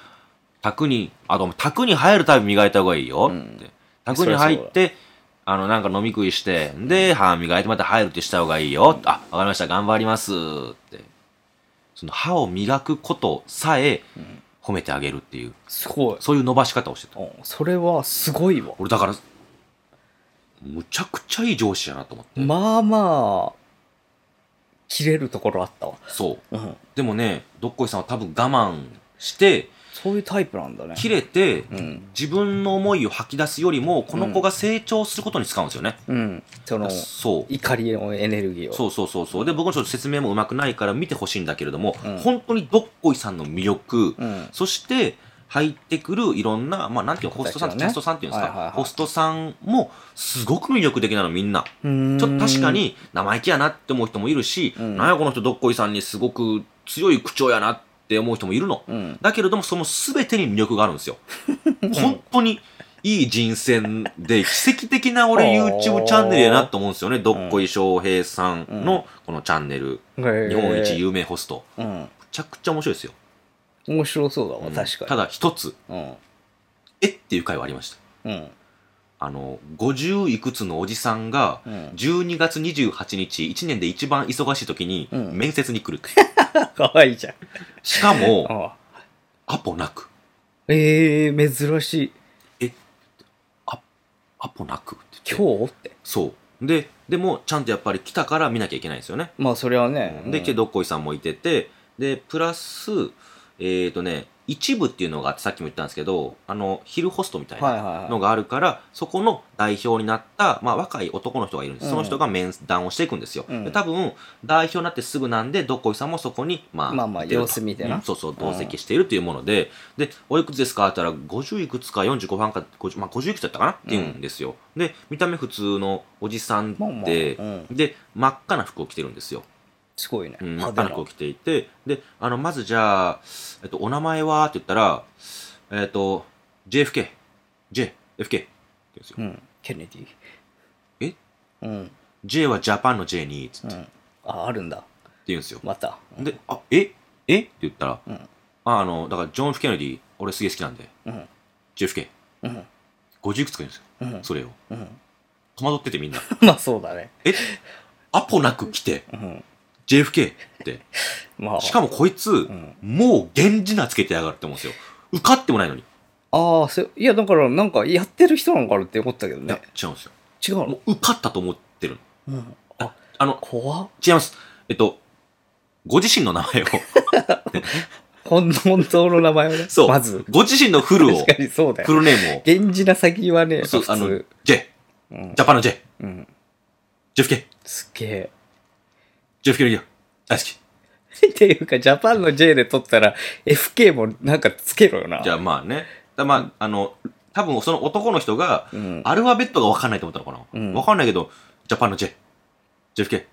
Speaker 2: 卓に、あと、お前卓に入るたび磨いた方がいいよ。って。卓に入って、あの、なんか飲み食いして、で、歯磨いてまた入るってした方がいいよ。あ、わかりました。頑張ります。って。その歯を磨くことさえ褒めてあげるっていう、
Speaker 1: すごい。
Speaker 2: そういう伸ばし方をしてた。
Speaker 1: うんそれはすごいわ。
Speaker 2: 俺だから、むちゃくちゃいい上司やなと思って。
Speaker 1: まあまあ、切れるところあったわ。
Speaker 2: そう。
Speaker 1: うん。
Speaker 2: でもね、どっこいさんは多分我慢して、
Speaker 1: そういうタイプなんだね。
Speaker 2: 切れて、
Speaker 1: うん。
Speaker 2: 自分の思いを吐き出すよりも、この子が成長することに使うんですよね。
Speaker 1: うん。その、
Speaker 2: そう。
Speaker 1: 怒りのエネルギーを。
Speaker 2: そうそうそうそう。で、僕のちょっと説明もうまくないから見てほしいんだけれども、
Speaker 1: うん
Speaker 2: 本当にどっこいさんの魅力、
Speaker 1: うん。
Speaker 2: そして入ってくるいろんな、まあなんていうの、ホストさん、
Speaker 1: 人たちのね
Speaker 2: キャストさんっていうんですか、
Speaker 1: はいはいはい
Speaker 2: ホストさんもすごく魅力的なのみんな。
Speaker 1: うーん
Speaker 2: ちょっと確か、に生意気やなって思う人もいるし、
Speaker 1: うん
Speaker 2: なんやこの人どっこいさんにすごく強い口調やなって思う人もいるの。
Speaker 1: うん。
Speaker 2: だけれども、その全てに魅力がある
Speaker 1: (laughs)
Speaker 2: んですよ。本当にいい人選で、奇跡的な俺 YouTube チャンネルやなと思うんですよね。どっこい翔平さんのこのチャンネル、
Speaker 1: 日
Speaker 2: 日本一有名ホスト。
Speaker 1: うん。
Speaker 2: むちゃくちゃ面白いですよ。
Speaker 1: 面白そうだわ、確
Speaker 2: た
Speaker 1: か
Speaker 2: だ一つ、
Speaker 1: に。うん。
Speaker 2: えっていう回はありました。
Speaker 1: うん。
Speaker 2: あの、50いくつのおじさんが、
Speaker 1: うん。
Speaker 2: 12月28日、1年で一番忙しい時に、
Speaker 1: うん
Speaker 2: 面接に来る。
Speaker 1: (laughs) (laughs) かわいいじゃん。
Speaker 2: しかも、
Speaker 1: ああ
Speaker 2: アポなく。
Speaker 1: ええ珍しい。
Speaker 2: アポなくって言って
Speaker 1: 今日って。
Speaker 2: そう。で、でも、ちゃんとやっぱり来たから見なきゃいけないんですよね。
Speaker 1: まあ、それはね。
Speaker 2: で、
Speaker 1: うん
Speaker 2: けどっこいさんもいてて、で、プラス、えっ、とね、一部っていうのがあってさっきも言ったんですけど、あの、昼ホストみたい
Speaker 1: はい
Speaker 2: な
Speaker 1: はい
Speaker 2: の
Speaker 1: は
Speaker 2: があるから、そこの代表になった、まあ、若い男の人がいるんです。
Speaker 1: うん
Speaker 2: その人が面談をしていくんですよ。
Speaker 1: うん
Speaker 2: で多分、代表になってすぐなんで、どっこいさんもそこに、まあ、
Speaker 1: まあまあ
Speaker 2: 出ると
Speaker 1: 様子見てな
Speaker 2: うんそうそう、同席しているというもので、で、おいくつですかって言ったら、50いくつか45番か、50, まあ、50いくつだったかなって言うんですよ。で、見た目普通のおじさん
Speaker 1: い。まあまあ。
Speaker 2: で
Speaker 1: う、ん。
Speaker 2: で、真っ赤な服を着てるんですよ。
Speaker 1: すごいね。
Speaker 2: うん、真っ
Speaker 1: 派
Speaker 2: 赤な
Speaker 1: 手
Speaker 2: 服を着ていて、で、あの、まずじゃあ、えっと、お名前はって言ったら、えっと、JFK、J、FK って言うんですよ。
Speaker 1: なうん。ケネディ。
Speaker 2: え
Speaker 1: うん。
Speaker 2: J はジャパンの J に、つって
Speaker 1: う
Speaker 2: って
Speaker 1: ん。あ、あるんだ。
Speaker 2: 言うんですよ。
Speaker 1: また。うん
Speaker 2: で、あ、ええって言ったら、
Speaker 1: うん
Speaker 2: ああの、だから、ジョン・フケネディ、俺すげえ好きなんで、
Speaker 1: うん。
Speaker 2: JFK、
Speaker 1: うん。
Speaker 2: 50いくつか言うんですよ。
Speaker 1: うん。
Speaker 2: それを。
Speaker 1: うん。 (laughs)
Speaker 2: 戸惑っててみんな。
Speaker 1: まあ、そうだね。
Speaker 2: えアポなく来て、
Speaker 1: うん。
Speaker 2: JFK って。
Speaker 1: まあ。
Speaker 2: しか
Speaker 1: も。
Speaker 2: もこいつ、
Speaker 1: ん
Speaker 2: もう源氏名つけてやがるって思うんですよ。受かってもないのに。
Speaker 1: ああ、そういや、だから、なんか、やってる人なのかなって思ったけど
Speaker 2: いや
Speaker 1: ね。
Speaker 2: 違うんですよ。
Speaker 1: 違う
Speaker 2: も
Speaker 1: の
Speaker 2: う受かったと思ってるの。
Speaker 1: うん。あ、
Speaker 2: あの、
Speaker 1: 怖っ。
Speaker 2: 違います。えっと、ご自身の名前を、
Speaker 1: (laughs) ほん本 (laughs) 当の名前をね。
Speaker 2: そう
Speaker 1: まず。
Speaker 2: ご自身のフルを
Speaker 1: 確、かにそうだ
Speaker 2: フ
Speaker 1: よ。
Speaker 2: ルネームを、
Speaker 1: 源氏な先はね、
Speaker 2: そう
Speaker 1: 普、
Speaker 2: あの
Speaker 1: 通。、
Speaker 2: J、
Speaker 1: うん
Speaker 2: ジ。ャパンの J、
Speaker 1: うん。
Speaker 2: JFK、
Speaker 1: すげえ。
Speaker 2: JFK のリア、大好き。
Speaker 1: (laughs) っていうか、ジャパンの J で取ったら、FK もなんかつけろよな。
Speaker 2: じゃあまあね、だまあ、あの、多分その男の人が、
Speaker 1: うん。
Speaker 2: アルファベットが分かんないと思ったのかな。
Speaker 1: うん
Speaker 2: 分かんないけど、ジャパンの J、JFK、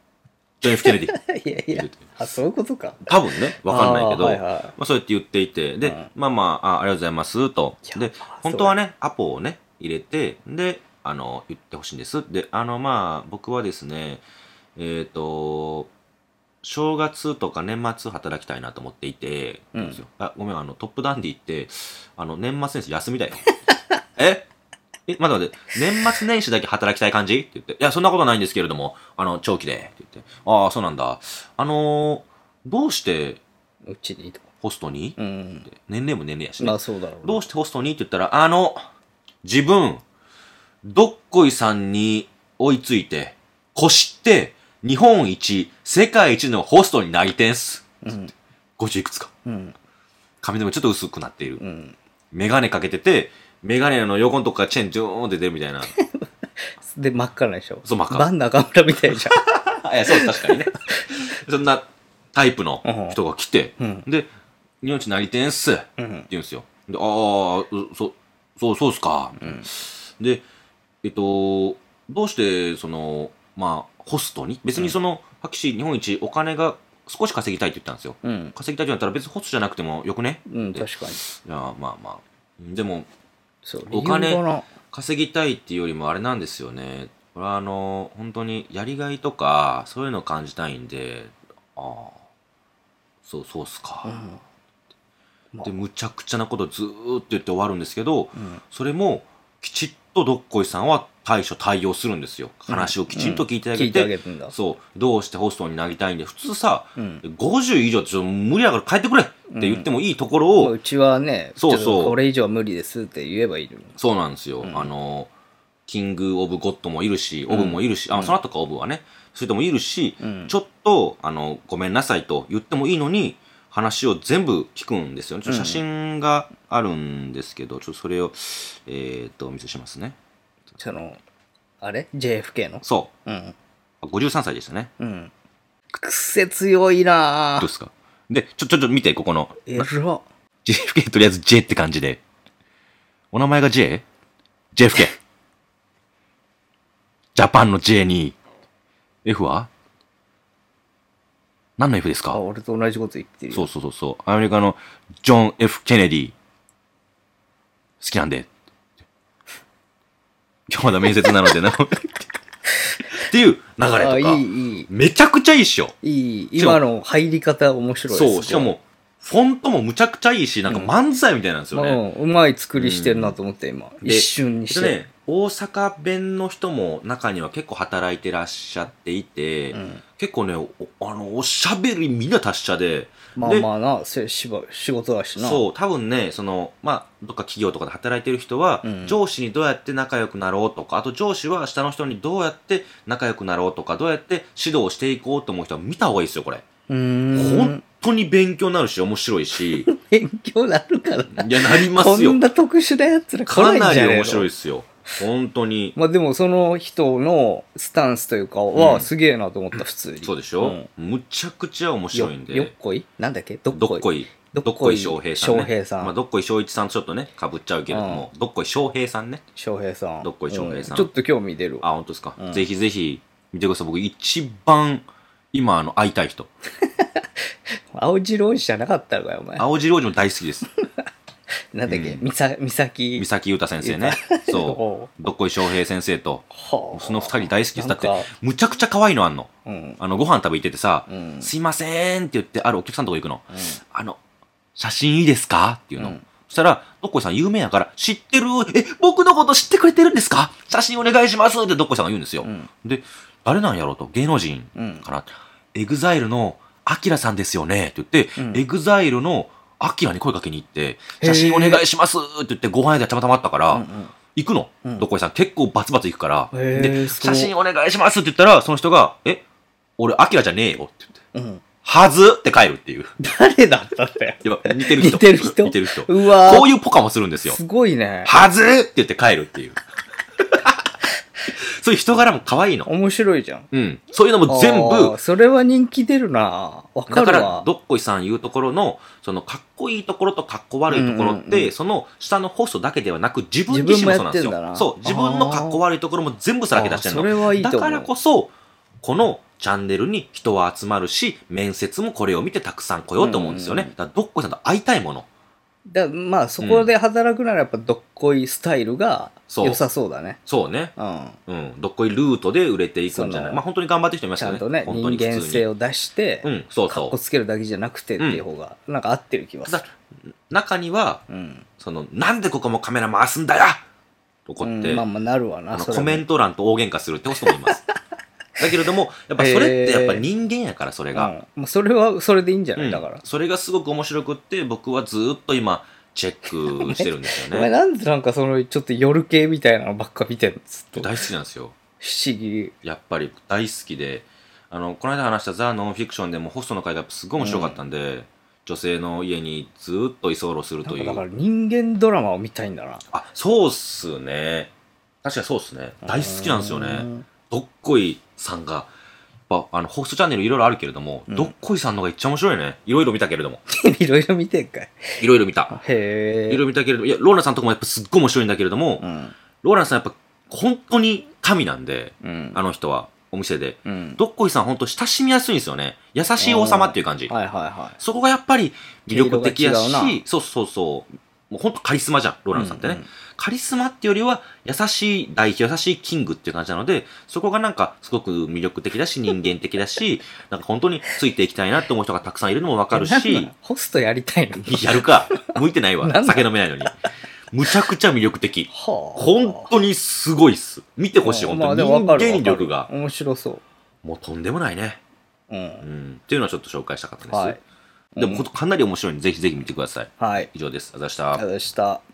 Speaker 2: ジョン・ F ・ケネディ。
Speaker 1: い (laughs) やいや。あ、そういうことか。
Speaker 2: 多分ね、分かんないけど、
Speaker 1: あーはいはい
Speaker 2: まあ、そうやって言っていて、で、
Speaker 1: うん
Speaker 2: まあまああ、ありがとうございます、と
Speaker 1: い。や
Speaker 2: で
Speaker 1: まあ、
Speaker 2: 本当はね、アポをね、入れて、で、あの、言ってほしいんです。で、あの、まあ、僕はですね、えっ、と、正月とか年末働きたいなと思っていて、
Speaker 1: うん
Speaker 2: なんですよあごめん、あの、トップダンディって、あの、年末年始休みだ
Speaker 1: (laughs)
Speaker 2: よ。ええ、待って待って、年末年始だけ働きたい感じって言って、いや、そんなことないんですけれども、あの、長期で、って言って、ああ、そうなんだ。あのーどうして
Speaker 1: うちにいいとこ。
Speaker 2: ホストに、
Speaker 1: うん。
Speaker 2: 年齢も年齢やしね、
Speaker 1: まあそうだろうな。
Speaker 2: どうしてホストにって言ったら、あの、自分、どっこいさんに追いついて、こして、日本一、世界一のホストになりてんす。
Speaker 1: うん。
Speaker 2: 50いくつか。
Speaker 1: うん。
Speaker 2: 髪の毛ちょっと薄くなっている
Speaker 1: う。ん。
Speaker 2: メガネかけてて、メガネの横のとこからチェーンジョーンって出るみたいな。
Speaker 1: で、真っ赤なんでしょ。
Speaker 2: そう真っ赤
Speaker 1: バン中村みたいじ
Speaker 2: (laughs) あいや、そう、確かにね。 (laughs) そんなタイプの人が来て、 (laughs)
Speaker 1: うん
Speaker 2: で、日本一なりてんすって
Speaker 1: ゃん。うん。
Speaker 2: 言うんですよ。で、ああ、うそ、そう、そうっすか。で、えっと、どうして、その、まあ、ホストに別にその、博士日本一お金が少し稼ぎたいって言ったんですよ。
Speaker 1: うん。
Speaker 2: 稼ぎたいって言ったら別にホストじゃなくてもよくね
Speaker 1: うん、確かに。
Speaker 2: いや、まあまあ。でも、
Speaker 1: そう。
Speaker 2: お金
Speaker 1: 理由かな
Speaker 2: 稼ぎたいっていうよりもあれなんですよね。これはあの、本当にやりがいとか、そういうのを感じたいんで、ああ、そう、そうっすか。
Speaker 1: うんまあ
Speaker 2: で、むちゃくちゃなことずーっと言って終わるんですけど、
Speaker 1: うん。
Speaker 2: それも、きちっとどっこいさんは対処対応するんですよ。話をきちんと聞いてあ
Speaker 1: 聞
Speaker 2: げ
Speaker 1: いて
Speaker 2: て、
Speaker 1: あげてんだ。
Speaker 2: そう、どうしてホストになりたいんで、普通さ、
Speaker 1: うん。
Speaker 2: 50以上ってちょっと無理だから帰ってくれって言ってもいいところを、
Speaker 1: うちはね、
Speaker 2: そうそう
Speaker 1: ちょっとこれ以上は無理ですって言えばいいのに。
Speaker 2: そうなんですよ。
Speaker 1: うん
Speaker 2: あの、キング・オブ・ゴッドもいるし、オブもいるし、
Speaker 1: う
Speaker 2: あ、
Speaker 1: ん
Speaker 2: その後かオブはね、それともいるし、
Speaker 1: うん
Speaker 2: ちょっと、あの、ごめんなさいと言ってもいいのに、話を全部聞くんですよね。ちょっと写真があるんですけど、ちょっとそれを、えーっと、お見せしますね。
Speaker 1: その、あれ ?JFK の。
Speaker 2: そ
Speaker 1: うん。
Speaker 2: う。53歳でしたね。
Speaker 1: うん。癖強いな
Speaker 2: ど
Speaker 1: ぁ。
Speaker 2: うですかで、ちょ、ちょ、ちょ、見て、ここの。
Speaker 1: えら。
Speaker 2: JFK とりあえず J って感じで。お名前が J?JFK。ジャパンの J に、F は何の F です
Speaker 1: あ、
Speaker 2: か
Speaker 1: 俺と同じこと言ってるよ。
Speaker 2: そうそうそうそう。アメリカのジョン・ F ・ケネディ。好きなんで。今日まだ面接なのでな。 (laughs) っていう流れと
Speaker 1: あ、い
Speaker 2: か。
Speaker 1: い、いい。
Speaker 2: めちゃくちゃいいっしょ。
Speaker 1: いい。今の入り方面白い
Speaker 2: そう、しか、も、フォントもむちゃくちゃいいし、なんか漫才みたいなんです
Speaker 1: す
Speaker 2: よ
Speaker 1: ごい
Speaker 2: ね。
Speaker 1: うん、うまい作りしてるなと思って、今。
Speaker 2: で
Speaker 1: 一瞬にし
Speaker 2: えっと
Speaker 1: て。
Speaker 2: ね、大阪弁の人も中には結構働いてらっしゃっていて、
Speaker 1: うん
Speaker 2: 結構ねおあのおしゃべりみんな達者で
Speaker 1: まあ
Speaker 2: で
Speaker 1: まあな、せしば仕事だしな。
Speaker 2: そう多分ねその、まあ、どっか企業とかで働いてる人は、
Speaker 1: うん
Speaker 2: 上司にどうやって仲良くなろうとかあと上司は下の人にどうやって仲良くなろうとかどうやって指導していこうと思う人は見た方がいいですよこれ、
Speaker 1: う。うーん
Speaker 2: 本。当に勉強になるし面白いしい
Speaker 1: 勉強なるからな。
Speaker 2: やなりま
Speaker 1: (laughs) こ
Speaker 2: すよ
Speaker 1: んな特殊なやつら来
Speaker 2: か
Speaker 1: ない
Speaker 2: なん
Speaker 1: じ
Speaker 2: り
Speaker 1: ゃねえの
Speaker 2: 面白いですよ本当に
Speaker 1: まあでもその人のスタンスというか
Speaker 2: う
Speaker 1: は
Speaker 2: ん
Speaker 1: すげえなと思った、普通に。
Speaker 2: そうでしょ、むちゃくちゃ面白いんで
Speaker 1: よよっこいなんだっけどっ
Speaker 2: どっこ
Speaker 1: い。
Speaker 2: い、
Speaker 1: ど
Speaker 2: ど
Speaker 1: っ
Speaker 2: っ
Speaker 1: こい
Speaker 2: こい翔平さん、ね。
Speaker 1: 翔平さん
Speaker 2: まあ、どっこい翔一さんとちょっとね、かぶっちゃうけれども、どっこい翔平さんね。
Speaker 1: 翔平さん。
Speaker 2: どっこい翔平さん
Speaker 1: うちょっと興味出るわ。
Speaker 2: あ、本当ですか。
Speaker 1: うん
Speaker 2: ぜひぜひ、見てください。僕、一番、今、あの、会いたい人。
Speaker 1: 青白いじゃなかったのかよ、お前。
Speaker 2: 青白王子も大好
Speaker 1: (laughs)
Speaker 2: きです。
Speaker 1: なんだっけ
Speaker 2: うん
Speaker 1: みさ、みさき。
Speaker 2: 三崎裕太先生ね。そ
Speaker 1: お (laughs)
Speaker 2: う。どっこい翔平先生と、
Speaker 1: はあ
Speaker 2: その二人大好きです。だっ
Speaker 1: なん
Speaker 2: て
Speaker 1: か、
Speaker 2: むちゃくちゃ可愛いのあんの。
Speaker 1: うん。
Speaker 2: あの、ご飯食べ行っててさ、
Speaker 1: うん
Speaker 2: すいませんって言って、あるお客さんのとこ行くの。
Speaker 1: うん
Speaker 2: あの、写真いいですかっていうの。
Speaker 1: うん
Speaker 2: そしたら、どっこいさん有名やから、知ってるえ、僕のこと知ってくれてるんですか写真お願いしますってどっこいさんが言うんですよ。
Speaker 1: うん
Speaker 2: で、誰なんやろうと、芸能人
Speaker 1: うん
Speaker 2: かな。エグザイルのアキラさんですよねって言って、
Speaker 1: うん
Speaker 2: エグザイルのアキラに声かけに行って、
Speaker 1: へー
Speaker 2: 写真お願いしますって言って、ご飯屋でたまたまあったから、
Speaker 1: うんうん
Speaker 2: 行くの、
Speaker 1: うん
Speaker 2: どっこいさん結構バツバツ行くから、
Speaker 1: へー
Speaker 2: で、
Speaker 1: すご
Speaker 2: 写
Speaker 1: い
Speaker 2: 真お願いしますって言ったら、その人が、え、俺アキラじゃねえよって言って、
Speaker 1: うん。
Speaker 2: はずって帰るっていう。
Speaker 1: 誰だったんだよ。
Speaker 2: やっぱ (laughs) 似てる人。
Speaker 1: 似てる人
Speaker 2: 似てる人。こ
Speaker 1: うわ
Speaker 2: う
Speaker 1: ぁ。
Speaker 2: いうポカもするんですよ
Speaker 1: す。ごいね。
Speaker 2: はずーって言って帰るっていう。 (laughs) そういう人柄も可愛いの。
Speaker 1: 面白いじゃん。
Speaker 2: うん。そういうのも全
Speaker 1: あー
Speaker 2: 部、
Speaker 1: それは人気出るなわか
Speaker 2: だか
Speaker 1: る
Speaker 2: ら
Speaker 1: わ、。
Speaker 2: どっこいさん言うところの、その、かっこいいところとかっこ悪いところって、
Speaker 1: うんうんうん
Speaker 2: その、下のホストだけではなく、自分自身もそうな
Speaker 1: 自分もやっ
Speaker 2: んです
Speaker 1: てんだ
Speaker 2: よ。
Speaker 1: な
Speaker 2: そう、自分のかっこ悪いところも全部さらけ出してる
Speaker 1: あーそれはいい
Speaker 2: の。
Speaker 1: と
Speaker 2: だ
Speaker 1: 思う
Speaker 2: からこそ、このチャンネルに人は集まるし、面接もこれを見てたくさん来ようと思うんですよ
Speaker 1: うん
Speaker 2: ね
Speaker 1: うん。
Speaker 2: だから、どっこいさんと会いたいもの。
Speaker 1: だまあそこで働くならやっぱどっこいスタイルが
Speaker 2: そう
Speaker 1: 良さそうだね。
Speaker 2: そうね。
Speaker 1: うん。
Speaker 2: うん、どっこいルートで売れていくんじゃ
Speaker 1: そ
Speaker 2: な
Speaker 1: の
Speaker 2: いまあ本当に頑張ってる人いまし
Speaker 1: ちゃ
Speaker 2: たよね。
Speaker 1: んとね、
Speaker 2: 本当に
Speaker 1: 人
Speaker 2: 普通に
Speaker 1: 間性を出して、
Speaker 2: うん、そう
Speaker 1: かっ
Speaker 2: そ
Speaker 1: こつけるだけじゃなくてっていう方が、なんか合ってる気が
Speaker 2: う。
Speaker 1: する
Speaker 2: ただ。中には、
Speaker 1: うん。
Speaker 2: その、なんでここもカメラ回すんだよ怒って、
Speaker 1: うんまあまあなるわ
Speaker 2: あ
Speaker 1: な、
Speaker 2: の
Speaker 1: それ
Speaker 2: コ
Speaker 1: も
Speaker 2: メント欄と大喧嘩するってホストもい
Speaker 1: (laughs)
Speaker 2: ます。だけれども、やっぱそれってやっぱ
Speaker 1: へー
Speaker 2: 人間やから、それ
Speaker 1: うん
Speaker 2: が。
Speaker 1: まあ、それはそれでいいんじゃない、
Speaker 2: うん
Speaker 1: だから。
Speaker 2: それがすごく面白くって、僕はずーっと今、チェックしてるんです
Speaker 1: (laughs) お
Speaker 2: よ
Speaker 1: 前
Speaker 2: ね。
Speaker 1: なんでなんかそのちょっと夜系みたいなのばっか見てんのずっと。
Speaker 2: 大好きなんですよ。
Speaker 1: 不思議。
Speaker 2: やっぱり大好きで、あの、この間話したザ・ノンフィクションでもホストの会がやっぱすごい面白かったんで、女性の家にずーっと居候する
Speaker 1: な
Speaker 2: と
Speaker 1: ん
Speaker 2: い
Speaker 1: かだから
Speaker 2: う。
Speaker 1: 人間ドラマを見たいんだな。
Speaker 2: あ、そうっすね。確かにそうっすね。大好きなんですよ
Speaker 1: う
Speaker 2: ね。
Speaker 1: ん (laughs)
Speaker 2: どっこいさんが、やっぱあの、ホストチャンネルいろいろあるけれども、
Speaker 1: うん
Speaker 2: どっこいさんのがいっちゃ面白いね。いろいろ見たけれども。
Speaker 1: いろいろ見てんかい。
Speaker 2: いろいろ
Speaker 1: (laughs)
Speaker 2: 見た。い
Speaker 1: へ
Speaker 2: ろい
Speaker 1: え。
Speaker 2: ろ見たけれども、いや、ローラさんとかもやっぱすっごい面白いんだけれども、
Speaker 1: うん。
Speaker 2: ローラさんやっぱ本当に神なんで、
Speaker 1: うん。
Speaker 2: あの人は、お店で。
Speaker 1: うん。
Speaker 2: どっこいさん本当親しみやすいんですよね。優しい王様っていう感じ。
Speaker 1: はいはいはい。
Speaker 2: そこがやっぱり魅力的や
Speaker 1: 毛色が違う
Speaker 2: し、そうそうそう。もう本当カリスマじゃん、ローランさんってね。
Speaker 1: うんうん
Speaker 2: カリスマっていうよりは、優しい代表、優しいキングっていう感じなので、そこがなんか、すごく魅力
Speaker 1: (laughs)
Speaker 2: 的だし、人間的だし、なんか本当についていきたいなって思う人がたくさんいるのもわかる
Speaker 1: え (laughs) なん
Speaker 2: し
Speaker 1: な、のホストやりたいの
Speaker 2: やるか、向いてないわ
Speaker 1: なん、だ
Speaker 2: 酒飲めないのに。むちゃくちゃ魅力的。
Speaker 1: はあ
Speaker 2: 本当にすごいっす。見てほしい、本
Speaker 1: ま
Speaker 2: 当
Speaker 1: あ
Speaker 2: に。
Speaker 1: でもわ
Speaker 2: 人
Speaker 1: かる
Speaker 2: 間力
Speaker 1: わ
Speaker 2: が
Speaker 1: か。る面白そ
Speaker 2: もうとんでもないね。
Speaker 1: う。う。
Speaker 2: うんん。っていうのはちょっと紹介したかったです。
Speaker 1: はい。
Speaker 2: でも、かなり面白いんで、ぜひぜひ見てください。
Speaker 1: はい。
Speaker 2: 以上です。あざした
Speaker 1: ありがとうございました。